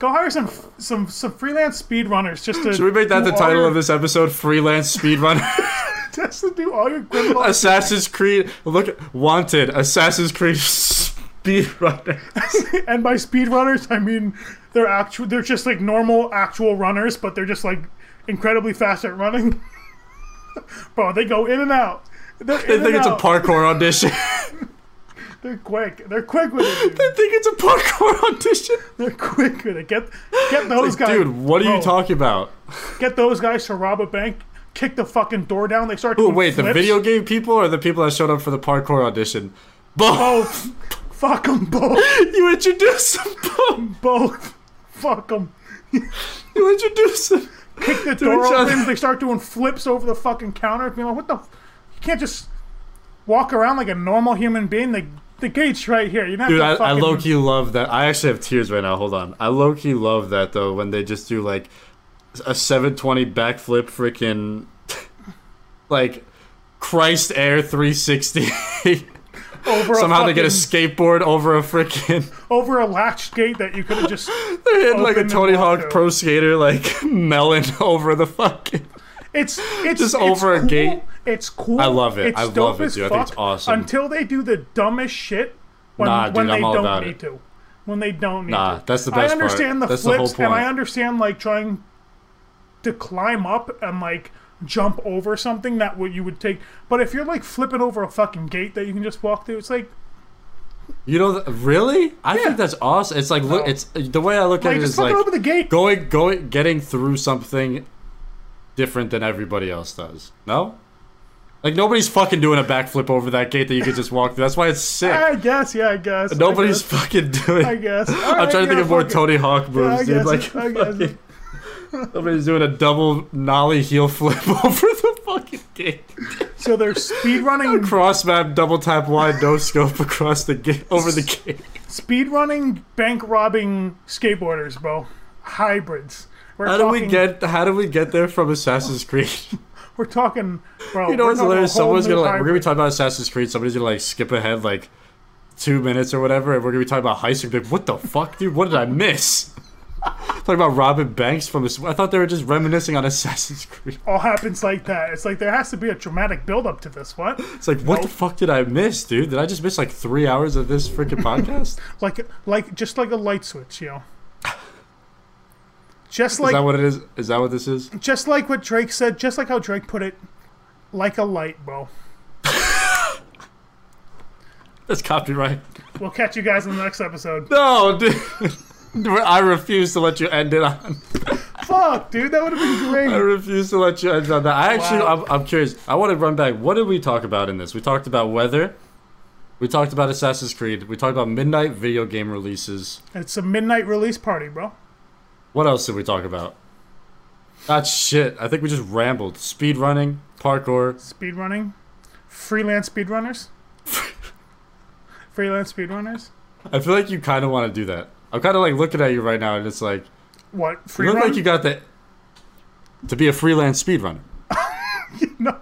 S2: Go hire some some some freelance speedrunners just to.
S1: Should we make that
S2: do
S1: the
S2: all
S1: title
S2: your,
S1: of this episode? Freelance speedrunner,
S2: Just to do all your grimlock.
S1: Assassin's Creed. Look, wanted Assassin's Creed speedrunner.
S2: and by speedrunners, I mean they're actual. They're just like normal actual runners, but they're just like incredibly fast at running. bro, they go in and out. They're
S1: They think it's a
S2: park.
S1: parkour audition.
S2: They're quick. They're quick with it.
S1: they
S2: Dude.
S1: think it's a parkour audition.
S2: They're quick with it. Get get those guys,
S1: Dude, what are you
S2: Bro.
S1: talking about?
S2: get those guys to rob a bank. kick the fucking door down. They start.
S1: Ooh,
S2: doing
S1: Oh, wait, the
S2: flips.
S1: video game people or the people that showed up for the parkour audition? Both.
S2: Both. Fuck them both.
S1: You introduce them. Both.
S2: Both. Fuck them.
S1: You introduce them.
S2: Kick the
S1: each
S2: door
S1: other.
S2: opens. They start doing flips over the fucking counter. Being like, what the? F-? You can't just walk around like a normal human being. The the gate's right here. You're not.
S1: Dude, I,
S2: gonna
S1: I
S2: fucking-
S1: low key love that. I actually have tears right now. Hold on. I low key love that though when they just do like a 720 backflip, freaking like Christ Air 360.
S2: over a
S1: Somehow they get a
S2: fucking-
S1: skateboard over a freaking.
S2: over a latch gate that you could have just.
S1: They hit like
S2: Open
S1: a
S2: and
S1: Tony
S2: walk
S1: Hawk
S2: out.
S1: pro skater, like melon over the fucking.
S2: It's it's
S1: Just
S2: it's
S1: over a
S2: cool.
S1: gate.
S2: It's cool.
S1: I love it.
S2: It's
S1: I love
S2: dope
S1: it,
S2: as
S1: dude. I
S2: Fuck,
S1: think it's awesome.
S2: Until they do the dumbest shit when,
S1: Nah, dude,
S2: when
S1: I'm
S2: they
S1: all
S2: don't
S1: about
S2: need
S1: it.
S2: to. When they don't need
S1: Nah,
S2: to.
S1: that's the
S2: I
S1: best part.
S2: understand the
S1: That's the whole
S2: flips and I
S1: point.
S2: understand like trying to climb up and like jump over something that what you would take. But if you're like flipping over a fucking gate that you can just walk through, it's like
S1: You know, th- really? I
S2: Yeah.
S1: think that's awesome. It's like look,
S2: No.
S1: it's the way I look at
S2: like
S1: it
S2: just
S1: is
S2: fucking
S1: like
S2: open the gate.
S1: going, going, getting through something different than everybody else does. No, like nobody's fucking doing a backflip over that gate that you could just walk through. That's why it's sick.
S2: I guess, yeah, I guess. I
S1: Nobody's
S2: guess,
S1: fucking doing.
S2: I guess.
S1: I'm trying to think of more Tony Hawk
S2: Yeah, I
S1: moves, dude.
S2: guess
S1: Like
S2: it. I guess it.
S1: fucking- nobody's doing a double nollie heel flip over the fucking gate.
S2: So they're speedrunning
S1: Cross map, double tap wide, no scope across the gate, over the gate.
S2: speedrunning bank robbing skateboarders, bro. Hybrids. We're
S1: How do
S2: talking,
S1: we get? How do we get there from Assassin's Creed?
S2: We're talking, bro.
S1: You know
S2: we're
S1: what's
S2: talking a
S1: hilarious?
S2: whole
S1: Someone's
S2: new
S1: gonna like we're gonna be
S2: hybrid.
S1: talking about Assassin's Creed. Somebody's gonna like skip ahead like two minutes or whatever, and we're gonna be talking about high school. Like, what the fuck, dude? What did I miss? talking about Robin Banks from. Ass- I thought they were just reminiscing on Assassin's Creed.
S2: All happens like that. It's like there has to be a dramatic buildup to this. What?
S1: It's like, what the fuck did I miss, dude? Did I just miss like three hours of this freaking podcast?
S2: Like, like just like a light switch, you know. Just
S1: is
S2: like,
S1: that what it is? Is that what this is?
S2: just like what Drake said. Just like how Drake put it, like a light, bro.
S1: That's copyright.
S2: We'll catch you guys in the next episode.
S1: No, dude. I refuse to let you end it on.
S2: Fuck, dude, that would have been great.
S1: I refuse to let you end on that. I actually,
S2: Wow.
S1: I'm, I'm curious. I want to run back. What did we talk about in this? We talked about weather. We talked about Assassin's Creed. We talked about midnight video game releases.
S2: It's a midnight release party, bro.
S1: What else did we talk about? That's shit. I think we just rambled. Speed running, parkour.
S2: Speedrunning, freelance speedrunners, freelance speedrunners.
S1: I feel like you kind of want to do that. I'm kind of like looking at you right now, and it's like
S2: What
S1: you
S2: free
S1: look
S2: run?
S1: like you got the to be a freelance speedrunner.
S2: no.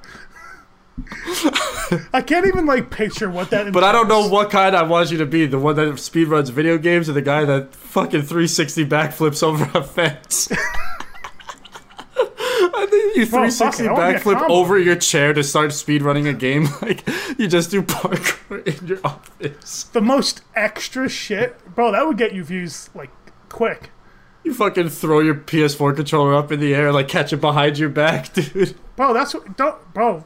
S2: I can't even like picture what that.
S1: But I don't know what kind I want you to be. The one that speedruns video games or the guy that fucking 360 backflips over a fence? I think you
S2: Well, fuck
S1: 360
S2: it, I wanna be a
S1: backflip
S2: combo.
S1: over your chair to start speedrunning a game. Like, you just do parkour in your office.
S2: the most extra shit, bro. That would get you views like quick.
S1: You fucking throw your PS4 controller up in the air, like catch it behind your back, dude.
S2: Bro, that's what don't, bro.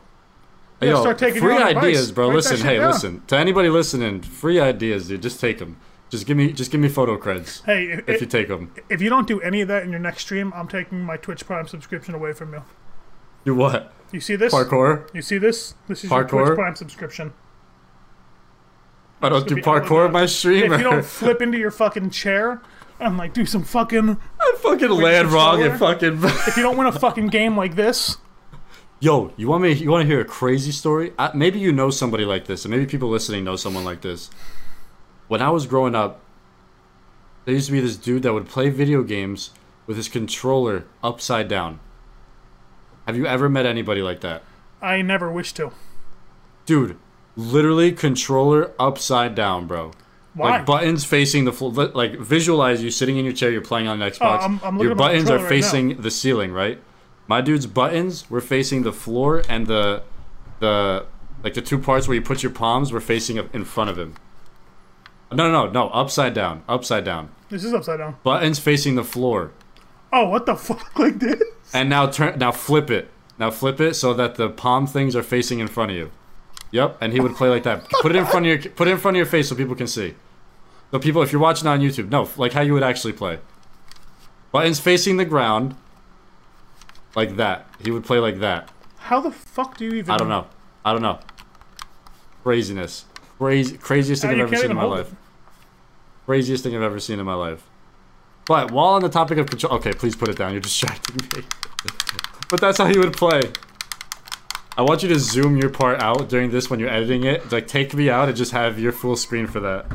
S1: Hey, Yo,
S2: start taking
S1: free
S2: your own advice.
S1: ideas, bro.
S2: Write that
S1: listen,
S2: shit
S1: hey,
S2: down.
S1: listen. To anybody listening, free ideas, dude. Just take them. Just give me, just give me photo creds
S2: Hey, if,
S1: if you
S2: if,
S1: take them.
S2: if you don't do any of that in your next stream, I'm taking my Twitch Prime subscription away from you.
S1: Do what?
S2: You see this?
S1: Parkour.
S2: You see this? This is your
S1: Parkour?
S2: Twitch Prime subscription.
S1: I don't do
S2: be out of
S1: parkour in my
S2: If
S1: stream.
S2: you
S1: or
S2: don't flip into your fucking chair and like do some fucking,
S1: I fucking land
S2: some
S1: wrong and fucking.
S2: if you don't win a fucking game like this,
S1: Yo, you want me? You want to hear a crazy story? I, maybe you know somebody like this, and maybe people listening know someone like this. When I was growing up, there used to be this dude that would play video games with his controller upside down. Have you ever met anybody like that?
S2: I never wish to.
S1: Dude, literally controller upside down, bro.
S2: Why?
S1: Like buttons facing the floor. li- Like visualize you sitting in your chair, you're playing on an Xbox.
S2: Oh, I'm- I'm looking
S1: your
S2: at my
S1: buttons are
S2: controller right now.
S1: facing the ceiling, right? My dude's buttons were facing the floor, and the the like the two parts where you put your palms were facing up in front of him. No, no, no, no, upside down, upside down.
S2: this is upside down.
S1: Buttons facing the floor,
S2: Oh, what the fuck? Like this?
S1: and now turn, now flip it, now flip it so that the palm things are facing in front of you. Yep, and he would play like that. Put it in front of your put it in front of your face so people can see. So people, if you're watching on YouTube, no, like how you would actually play. Buttons facing the ground, like that. He would play like that.
S2: How the fuck do you even?
S1: I don't know. I don't know. Craziness. Crazy, craziest thing
S2: And
S1: I've
S2: you
S1: ever
S2: can't
S1: seen in
S2: even
S1: my
S2: hold
S1: life.
S2: it.
S1: Craziest thing I've ever seen in my life. But while on the topic of control, okay, please put it down. You're distracting me. but that's how you would play. I want you to zoom your part out during this when you're editing it. Like take me out and just have your full screen for that.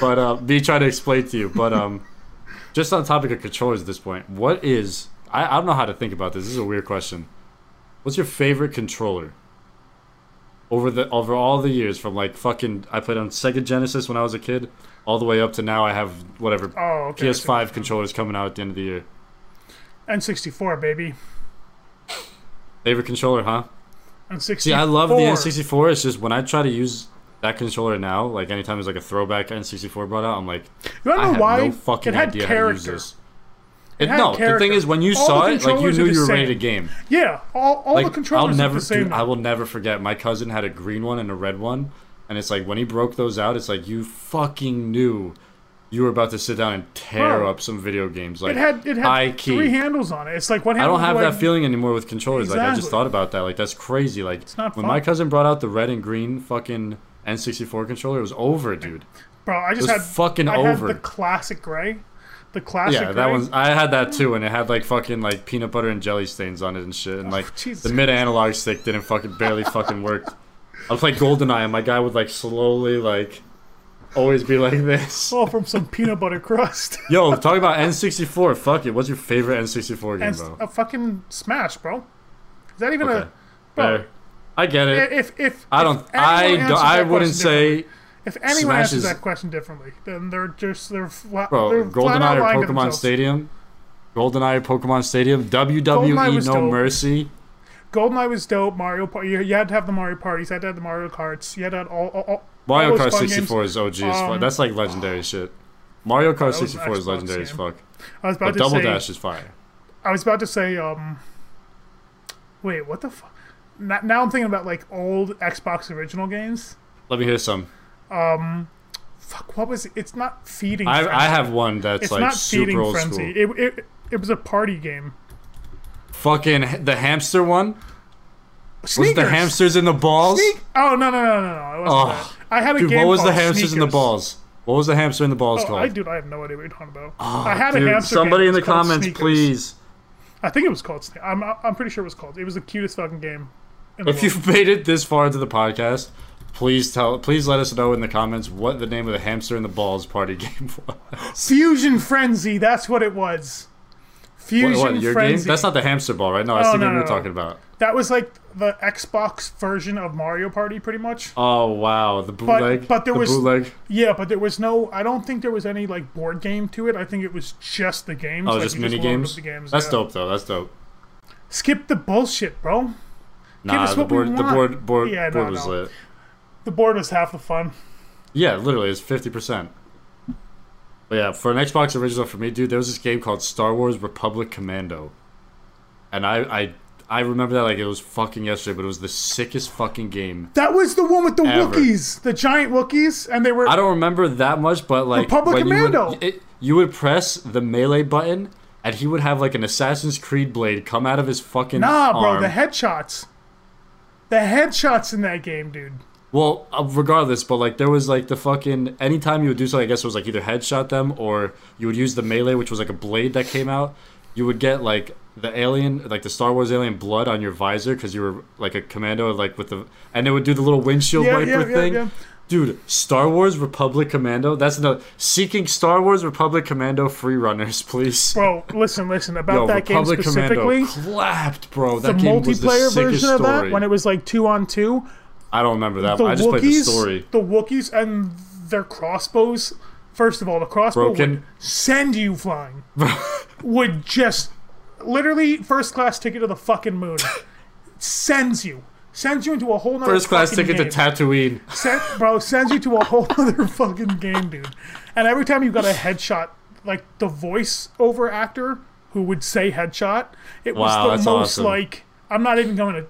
S1: But uh, me trying to explain to you. But um, just on the topic of controllers at this point, what is? I, I don't know how to think about this. This is a weird question. What's your favorite controller? over the over all the years from like fucking I played on Sega Genesis when I was a kid all the way up to now I have whatever
S2: Oh, okay. I see.
S1: PS5 controllers coming out at the end of the year.
S2: N64, baby.
S1: Favorite controller, huh?
S2: N64.
S1: See, I love the N64. It's just when I try to use that controller now, like anytime there's like a throwback N64 brought out, I'm like,
S2: You wanna
S1: I
S2: know
S1: have
S2: why?
S1: no fucking
S2: it had
S1: idea how to use
S2: character.
S1: this. It,
S2: had
S1: no, the thing
S2: character.
S1: is when you
S2: All
S1: saw
S2: the
S1: it, like you
S2: controllers are
S1: knew
S2: the
S1: you were ready
S2: same.
S1: to game.
S2: Yeah, all, all the
S1: Like
S2: controllers
S1: I'll
S2: are
S1: never,
S2: the same.
S1: dude, I will never forget. My cousin had a green one and a red one, and it's like when he broke those out, it's like you fucking knew you were about to sit down and tear
S2: Bro,
S1: up some video games. Like
S2: it had it
S1: high
S2: had
S1: key.
S2: three handles on it. It's like what
S1: I
S2: handle
S1: don't have
S2: do
S1: that feeling anymore with controllers. Like I just
S2: Exactly.
S1: thought about that. Like that's crazy. Like
S2: not
S1: when
S2: fun.
S1: my cousin brought out the red and green fucking N64 controller, it was over, dude.
S2: Bro, I just
S1: was
S2: had
S1: fucking
S2: I
S1: over.
S2: Had the classic gray, the classic.
S1: Yeah, that
S2: gray.
S1: one's. I had that too, and it had like fucking like peanut butter and jelly stains on it and shit, and like
S2: Oh, Jesus
S1: the mid analog stick didn't fucking barely fucking work. I was like Goldeneye, and my guy would like slowly like always be like this.
S2: all Oh, from some peanut butter crust.
S1: Yo, talking about N64, fuck it. What's your favorite N64 game,
S2: and
S1: bro?
S2: a fucking smash, bro. Is that even
S1: Okay.
S2: a? Bro,
S1: Fair. I get it.
S2: if if
S1: I
S2: if
S1: don't.
S2: anyone
S1: I
S2: answers
S1: don't, I
S2: that
S1: wouldn't
S2: question
S1: say.
S2: differently- if anyone
S1: Smash
S2: answers
S1: is-
S2: that question differently, then they're just they're flat. they're
S1: Bro,
S2: flat out
S1: GoldenEye
S2: lying
S1: or
S2: to
S1: Pokemon
S2: themselves.
S1: Stadium? GoldenEye or Pokemon Stadium?
S2: GoldenEye
S1: WWE
S2: was
S1: No
S2: dope.
S1: Mercy?
S2: GoldenEye was dope. Mario Party. You, you had to have the Mario parties. You had to have the Mario Karts. You had to have all all, all
S1: Mario
S2: all those
S1: Kart
S2: fun games.
S1: 64 is OG as fuck.
S2: Um,
S1: That's like legendary shit. Mario Kart
S2: was
S1: 64 is
S2: Xbox
S1: legendary as
S2: game.
S1: fuck.
S2: I was about
S1: But
S2: to
S1: Double
S2: say.
S1: Dash is fire.
S2: I was about to say. Um. Wait, what the fuck? Now, now I'm thinking about like old Xbox original games.
S1: Let me hear some.
S2: Fuck, what was it? It's not feeding.
S1: I,
S2: frenzy.
S1: I have one that's
S2: It's
S1: like
S2: not
S1: super
S2: feeding
S1: old
S2: frenzy.
S1: school.
S2: It, it it was a party game.
S1: Fucking h- the hamster one? Was it the
S2: Sneakers!
S1: hamsters in the balls?
S2: Sneak- Oh no no no no no! It wasn't
S1: Ugh.
S2: that. I had a
S1: Dude,
S2: game
S1: what was the
S2: called
S1: hamsters in the
S2: Sneakers.
S1: balls? What was the hamster in the balls
S2: Oh,
S1: called? Ah,
S2: I dude, I have no idea what you're talking about. I had a
S1: Dude,
S2: hamster.
S1: somebody
S2: game
S1: in the
S2: that was called
S1: comments,
S2: Sneakers.
S1: please.
S2: I think it was called. Sne- I'm I'm pretty sure it was called. It was the cutest fucking game. In the
S1: If
S2: world.
S1: you've made it this far into the podcast, please tell please let us know in the comments what the name of the hamster in the balls party game was.
S2: Fusion Frenzy, that's what it was. Fusion
S1: What, what, your game?
S2: Frenzy.
S1: That's not the hamster ball, right? No, that's
S2: Oh,
S1: the game
S2: no,
S1: you're
S2: no, no.
S1: talking about.
S2: that was like the Xbox version of Mario Party, pretty much.
S1: Oh wow, the bootleg.
S2: but there
S1: the
S2: was-
S1: bootleg.
S2: Yeah, but there was no. I don't think there was any like board game to it. I think it was just the games.
S1: Oh,
S2: like,
S1: just
S2: you
S1: mini
S2: loaded up
S1: games.
S2: The games.
S1: That's
S2: yeah.
S1: dope though. That's dope.
S2: Skip the bullshit, bro.
S1: Nah,
S2: us
S1: the
S2: what we
S1: board, the
S2: want.
S1: board, board,
S2: Yeah,
S1: board
S2: no,
S1: was
S2: no.
S1: lit.
S2: The board was half the fun.
S1: Yeah, literally, it's fifty percent. But yeah, for an Xbox original for me, dude, there was this game called Star Wars Republic Commando, and I, I, I remember that like it was fucking yesterday, but it was the sickest fucking game.
S2: That was the one with the
S1: Ever.
S2: Wookiees, the giant Wookiees, and they were.
S1: I don't remember that much, but like
S2: Republic
S1: when You
S2: Commando.
S1: would, it, you would press the melee button, and he would have like an Assassin's Creed blade come out of his fucking
S2: nah, bro,
S1: arm.
S2: the headshots. The headshots in that game, dude.
S1: Well, uh, regardless, but like there was like the fucking anytime you would do something, I guess it was like either headshot them or you would use the melee, which was like a blade that came out. You would get like the alien, like the Star Wars alien blood on your visor because you were like a commando, like with the and it would do the little windshield
S2: Yeah,
S1: wiper
S2: yeah, yeah,
S1: thing.
S2: yeah.
S1: Dude, Star Wars Republic Commando. That's the seeking Star Wars Republic Commando free runners, please.
S2: Bro, listen, listen about
S1: Yo,
S2: that
S1: Republic
S2: game specifically.
S1: Commando clapped, bro.
S2: the
S1: That game was the
S2: multiplayer
S1: sickest
S2: version of that
S1: story.
S2: when it was like two on two.
S1: I don't remember that.
S2: The
S1: one. I just
S2: Wookiees,
S1: played the story.
S2: the Wookiees and their crossbows. First of all, the crossbow would
S1: Broken.
S2: send you flying. would just literally first class ticket to the fucking moon. sends you. Sends you into a whole nother
S1: First class
S2: fucking
S1: ticket
S2: game.
S1: to Tatooine.
S2: Sen- bro, sends you to a whole other fucking game, dude. And every time you got a headshot, like the voice over actor who would say headshot, it was
S1: Wow,
S2: the
S1: that's
S2: most
S1: awesome.
S2: like I'm not even going to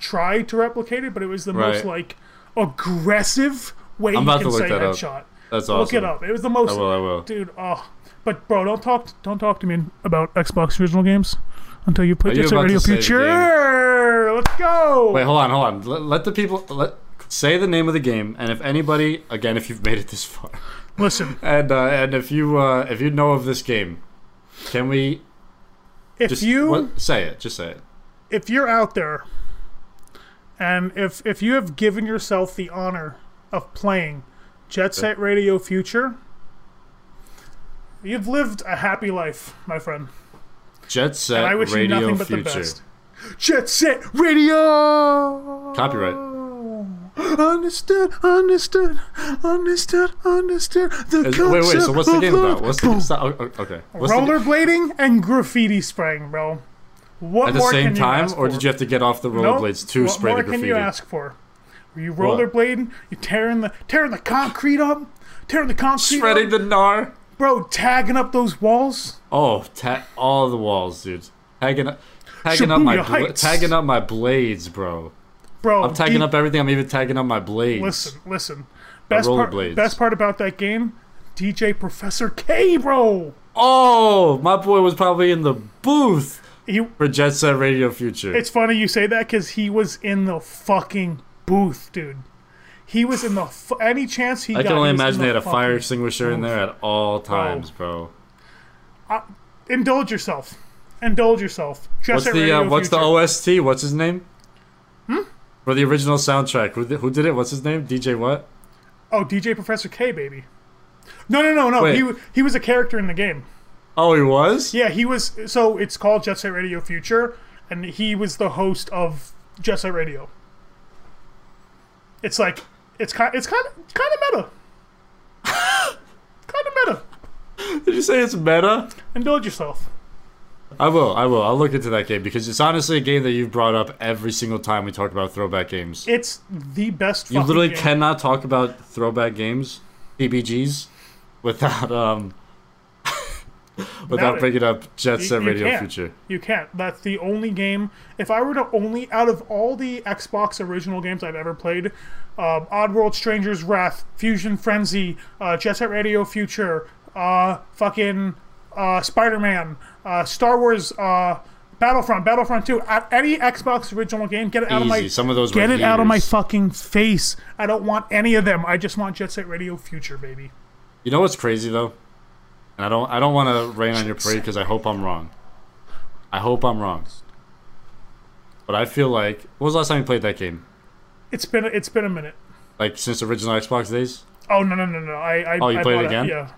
S2: try to replicate it, but it was the most like aggressive way
S1: about
S2: you can
S1: to look
S2: say
S1: that up.
S2: headshot.
S1: That's awesome.
S2: Look it up. It was the most
S1: I will. I will.
S2: dude, oh but bro, don't talk don't talk to me about Xbox original games until you play
S1: you
S2: this
S1: about
S2: Radio
S1: to say the game?
S2: Future. Twitter. Let's go.
S1: Wait, hold on, hold on. Let, let the people let say the name of the game, and if anybody, again, if you've made it this far,
S2: Listen,
S1: and uh, and if you uh, if you know of this game, can we
S2: if
S1: just
S2: you
S1: what- say it? Just say it.
S2: if you're out there and if if you have given yourself the honor of playing Jet Set Radio Future, you've lived a happy life, my friend.
S1: Jet Set
S2: And I wish you
S1: Radio
S2: nothing but
S1: Future.
S2: the best. Jet Set Radio.
S1: Copyright.
S3: Understood, understood, understood, understood. The
S1: Is- wait, wait. So
S3: concept
S1: what's the
S3: of
S1: game about?
S3: love.
S1: What's the stop, oh, oh, okay? What's the-
S2: Rollerblading and graffiti spraying, bro. What
S1: at the
S2: more
S1: same
S2: can you
S1: time,
S2: ask
S1: or
S2: for?
S1: did you have to get off the
S2: Nope.
S1: rollerblades to
S2: what
S1: spray
S2: more
S1: the graffiti?
S2: can you ask for? You rollerblading, you tearing the tearing the concrete up, tearing the concrete
S1: Spreading the
S2: up,
S1: gnar.
S2: bro, tagging up those walls.
S1: Oh, ta- all the walls, dude. Tagging up, tagging up my,
S2: Shibuya
S1: bla-
S2: Heights.
S1: tagging up my blades, bro.
S2: Bro,
S1: I'm tagging
S2: deep-
S1: up everything. I'm even tagging up my blades.
S2: Listen, listen. Best part,
S1: rollerblades.
S2: best part about that game, DJ Professor K, bro.
S1: Oh, my boy was probably in the booth
S2: He,
S1: for Jet Set Radio Future.
S2: it's funny you say that because he was in the fucking booth, dude. He was in the fu- any chance he
S1: I
S2: got.
S1: can only
S2: he was in
S1: imagine
S2: the
S1: they had a fire
S2: fucking-
S1: extinguisher in there at all times, bro.
S2: Indulge yourself. Indulge yourself. Jet
S1: What's
S2: Set
S1: the
S2: Radio
S1: uh, What's the
S2: Future.
S1: OST? What's his name? Hmm? For the original soundtrack, who, did- who did it? What's his name? DJ what?
S2: Oh, DJ Professor K, baby. No, no, no, no.
S1: Wait.
S2: He wa- he was a character in the game.
S1: Oh, he was.
S2: Yeah, he was. So it's called Jet Set Radio Future, and he was the host of Jet Set Radio. It's like it's kind it's kind of kind of meta. kind of meta.
S1: Did you say it's meta?
S2: Indulge yourself.
S1: I will. I will. I'll look into that game because it's honestly a game that you've brought up every single time we talk about throwback games.
S2: It's the best.
S1: you
S2: fucking
S1: literally
S2: game.
S1: cannot talk about throwback games, TBGs, without um,
S2: Without
S1: without
S2: it.
S1: bringing up Jet Set
S2: you
S1: Radio
S2: can't.
S1: Future.
S2: You can't. That's the only game. If I were to only out of all the Xbox original games I've ever played, um, Oddworld, Stranger's Wrath, Fusion Frenzy, uh, Jet Set Radio Future, uh, fucking uh, Spider-Man, uh, Star Wars, uh, Battlefront, Battlefront 2, at any Xbox original game, get it out of my
S1: Easy. Some of those
S2: get
S1: were
S2: it out of my
S1: years.
S2: fucking face. I don't want any of them. I just want Jet Set Radio Future, baby.
S1: You know what's crazy though, and I don't I don't want to rain on your parade because I hope I'm wrong. I hope I'm wrong. But I feel like when was the last time you played that game?
S2: It's been it's been a minute.
S1: Like since the original Xbox days?
S2: Oh no no no no! I I
S1: Oh, you
S2: I
S1: played it
S2: bought
S1: again?
S2: yeah,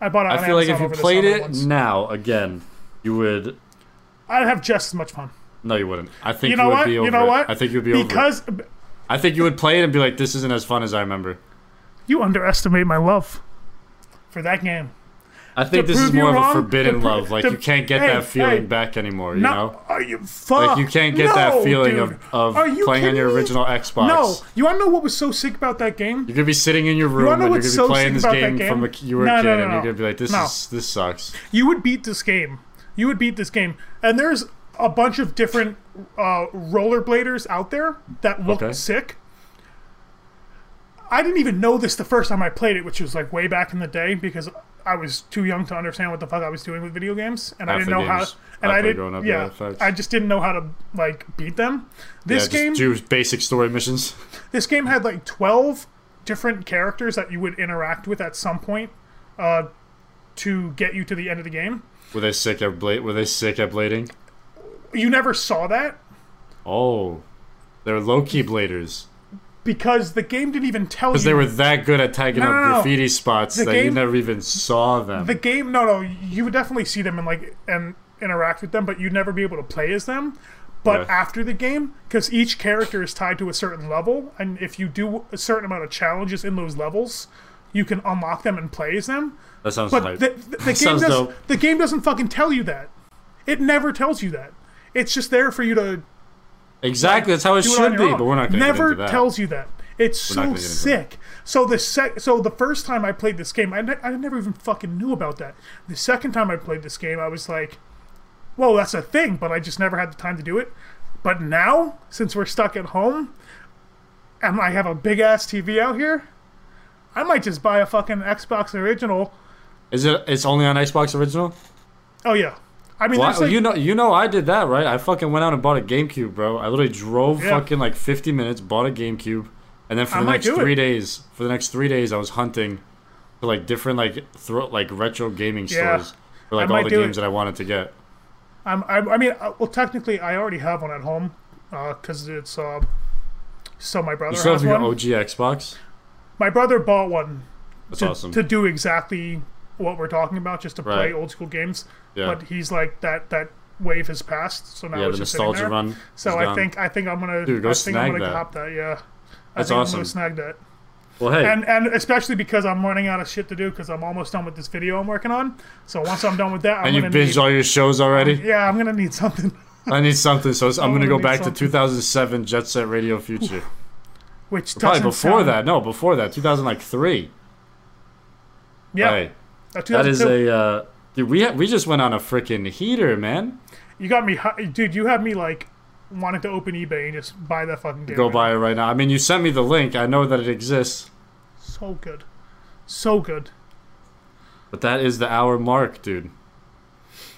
S2: I bought it.
S1: I
S2: on
S1: feel like if
S2: Amazon
S1: you
S2: over the
S1: played
S2: summer
S1: it
S2: once.
S1: now again, you would
S2: I'd have just as much fun.
S1: No, you wouldn't. I think
S2: You
S1: you,
S2: know
S1: would
S2: what?
S1: be over.
S2: You know
S1: it.
S2: what?
S1: I think you'd be over. it.
S2: because b-
S1: I think you would play it and be like, "This isn't as fun as I remember."
S2: you underestimate my love for that game.
S1: I think
S2: To
S1: this is
S2: prove you
S1: more of
S2: wrong,
S1: a forbidden
S2: to pro-
S1: love. Like
S2: to-
S1: you can't get
S2: hey,
S1: that feeling
S2: hey,
S1: back anymore. You
S2: No,
S1: know,
S2: are you fuck?
S1: like you can't get that
S2: No,
S1: feeling
S2: dude.
S1: of,
S2: Are
S1: of
S2: you
S1: playing on your
S2: kidding me?
S1: original Xbox.
S2: No, you wanna know what was so sick about that game?
S1: You're gonna be sitting in your room
S2: wanna
S1: and
S2: know
S1: you're gonna be
S2: what's so
S1: playing
S2: sick
S1: this
S2: about that
S1: game,
S2: game?
S1: from a, you were
S2: No,
S1: a
S2: no,
S1: kid,
S2: no,
S1: and
S2: no.
S1: you're gonna be like, "This
S2: No.
S1: is this sucks."
S2: You would beat this game. You would beat this game. And there's a bunch of different uh, rollerbladers out there that look
S1: Okay.
S2: sick. I didn't even know this the first time I played it, which was like way back in the day because I was too young to understand what the fuck I was doing with video games, and I
S1: Half
S2: didn't
S1: the
S2: know how.
S1: games
S2: And
S1: I
S2: I
S1: played
S2: didn't.
S1: growing up, yeah,
S2: yeah,
S1: facts.
S2: I just didn't know how to like beat them.
S1: Yeah,
S2: This
S1: just
S2: game,
S1: do basic story missions.
S2: this game had like 12 different characters that you would interact with at some point uh, to get you to the end of the game.
S1: Were they sick at blade? Were they sick at blading?
S2: You never saw that
S1: Oh, they were low key bladers.
S2: because the game didn't even tell you.
S1: Because they were that good at tagging
S2: No,
S1: up
S2: no, no.
S1: graffiti spots that you
S2: game-
S1: never even saw them.
S2: the game. No, no, you would definitely see them and like and interact with them, but you'd never be able to play as them. But
S1: Yeah.
S2: after the game, because each character is tied to a certain level, and if you do a certain amount of challenges in those levels, you can unlock them and play as them.
S1: that sounds
S2: But
S1: hype.
S2: the, the, the game
S1: Sounds
S2: does,
S1: dope.
S2: the game doesn't fucking tell you that. It never tells you that. It's just there for you to
S1: exactly. That's how it
S2: do it on
S1: should
S2: your
S1: be.
S2: own.
S1: But we're not going to
S2: never
S1: get into that.
S2: tells you that. It's
S1: We're not
S2: so
S1: gonna get into
S2: sick. So the sec- so the first time I played this game, I, ne- I never even fucking knew about that. The second time I played this game, I was like, "Whoa, that's a thing," but I just never had the time to do it. But now, since we're stuck at home, and I have a big ass TV out here, I might just buy a fucking Xbox original.
S1: Is it? It's only on Xbox original.
S2: Oh yeah, I mean,
S1: Well,
S2: there's like,
S1: you know, you know, I did that, right? I fucking went out and bought a GameCube, bro. I literally drove
S2: Yeah.
S1: fucking like 50 minutes, bought a GameCube, and then for
S2: I
S1: the
S2: might
S1: next
S2: do it.
S1: three days, for the next three days, I was hunting for like different like thro- like retro gaming
S2: Yeah.
S1: stores for
S2: I
S1: like
S2: might
S1: all the
S2: do
S1: games
S2: it.
S1: that I wanted to get.
S2: I'm, I'm, I mean, uh, well, technically, I already have one at home because it's uh, so my brother
S1: You still
S2: has
S1: have your
S2: one.
S1: OG Xbox?
S2: My brother bought one
S1: That's
S2: to,
S1: awesome.
S2: to do exactly what we're talking about, just to play
S1: Right.
S2: old school games.
S1: Yeah.
S2: But he's like that that wave has passed, so now
S1: yeah,
S2: it's
S1: the
S2: just sitting
S1: nostalgia
S2: there.
S1: run.
S2: So
S1: is
S2: I
S1: gone.
S2: think I think I'm gonna
S1: Dude, go
S2: I think I'm
S1: snag
S2: gonna
S1: that.
S2: cop that. Yeah,
S1: That's
S2: I think I'm
S1: awesome.
S2: gonna snag that.
S1: Well, hey,
S2: And and especially because I'm running out of shit to do because I'm almost done with this video I'm working on. So once I'm done with that, I'm
S1: and you
S2: gonna
S1: binged
S2: need,
S1: all your shows already.
S2: yeah, I'm gonna need something.
S1: I need something, so it's- I'm gonna
S2: gonna
S1: go
S2: need
S1: back to
S2: something.
S1: 2007 Jet Set Radio Future.
S2: Which
S1: Probably
S2: doesn't
S1: before
S2: sound-
S1: that. No, before that, 2003.
S2: Yeah,
S1: Hey,
S2: uh,
S1: that is
S2: 2002.
S1: a uh, dude. We ha- we just went on a freaking heater, man.
S2: You got me, hi- dude. You have me like wanting to open eBay and just buy that fucking game.
S1: Go
S2: right
S1: buy it right now. I mean, you sent me the link. I know that it exists,
S2: now. So good, so good.
S1: but that is the hour mark, dude.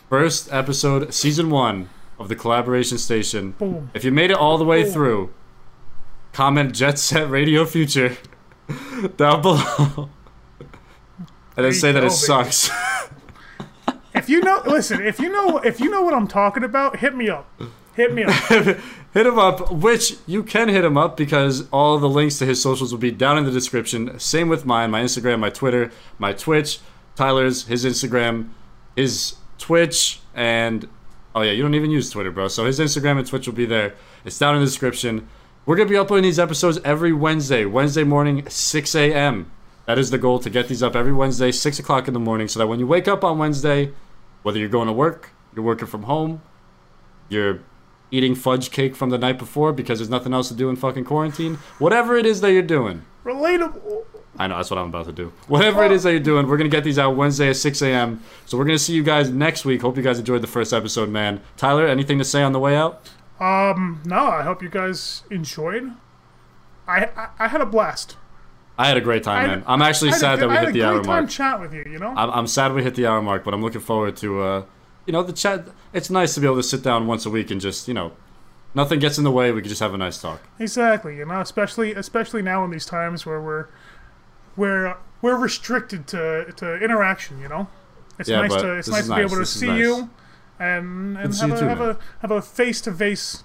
S1: First episode, season one of the collaboration station.
S2: Boom.
S1: If you made it all the way through, comment Jet Set Radio Future down below. And then
S2: you
S1: say that
S2: go,
S1: it
S2: baby.
S1: sucks.
S2: If you know, listen. If you know, if you know what I'm talking about, hit me up. Hit me up.
S1: hit him up, which you can hit him up because all the links to his socials will be down in the description. Same with mine, my Instagram, my Twitter, my Twitch, Tyler's, his Instagram, his Twitch, and oh yeah, you don't even use Twitter, bro. So his Instagram and Twitch will be there. It's down in the description. We're gonna be uploading these episodes every Wednesday, Wednesday morning, 6 a.m. That is the goal to get these up every Wednesday, 6 o'clock in the morning, so that when you wake up on Wednesday, whether you're going to work, you're working from home, you're eating fudge cake from the night before because there's nothing else to do in fucking quarantine. Whatever it is that you're doing,
S2: Relatable.
S1: I know that's what I'm about to do. Whatever it is that you're doing, we're gonna get these out Wednesday at 6 a.m. So we're gonna see you guys next week. Hope you guys enjoyed the first episode, man. Tyler, anything to say on the way out?
S2: No, I hope you guys enjoyed. I I, I had a blast.
S1: I had a great time,
S2: I-
S1: man. I'm actually
S2: I had a
S1: sad
S2: good-
S1: that we
S2: I had
S1: hit the
S2: a great
S1: hour
S2: time
S1: mark.
S2: chatting with you. You know,
S1: I'm, I'm sad we hit the hour mark, but I'm looking forward to, uh, you know, the chat. It's nice to be able to sit down once a week and just, you know, nothing gets in the way. We can just have a nice talk.
S2: exactly. You know, especially especially now in these times where we're we're we're restricted to to interaction. You know, it's
S1: Yeah,
S2: nice
S1: but
S2: to it's
S1: this
S2: nice
S1: is
S2: to be
S1: nice.
S2: able to
S1: This is
S2: see
S1: nice.
S2: you and and
S1: see
S2: have
S1: you
S2: a,
S1: too,
S2: have
S1: man.
S2: a have a face to face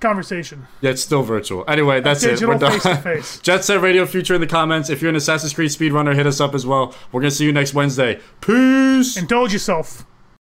S2: conversation.
S1: Yeah, it's still virtual. Anyway, that's it. We're
S2: Digital
S1: done.
S2: face to face.
S1: Jet Set Radio Future in the comments. If you're an Assassin's Creed speedrunner, hit us up as well. We're going to see you next Wednesday. Peace.
S2: Indulge yourself.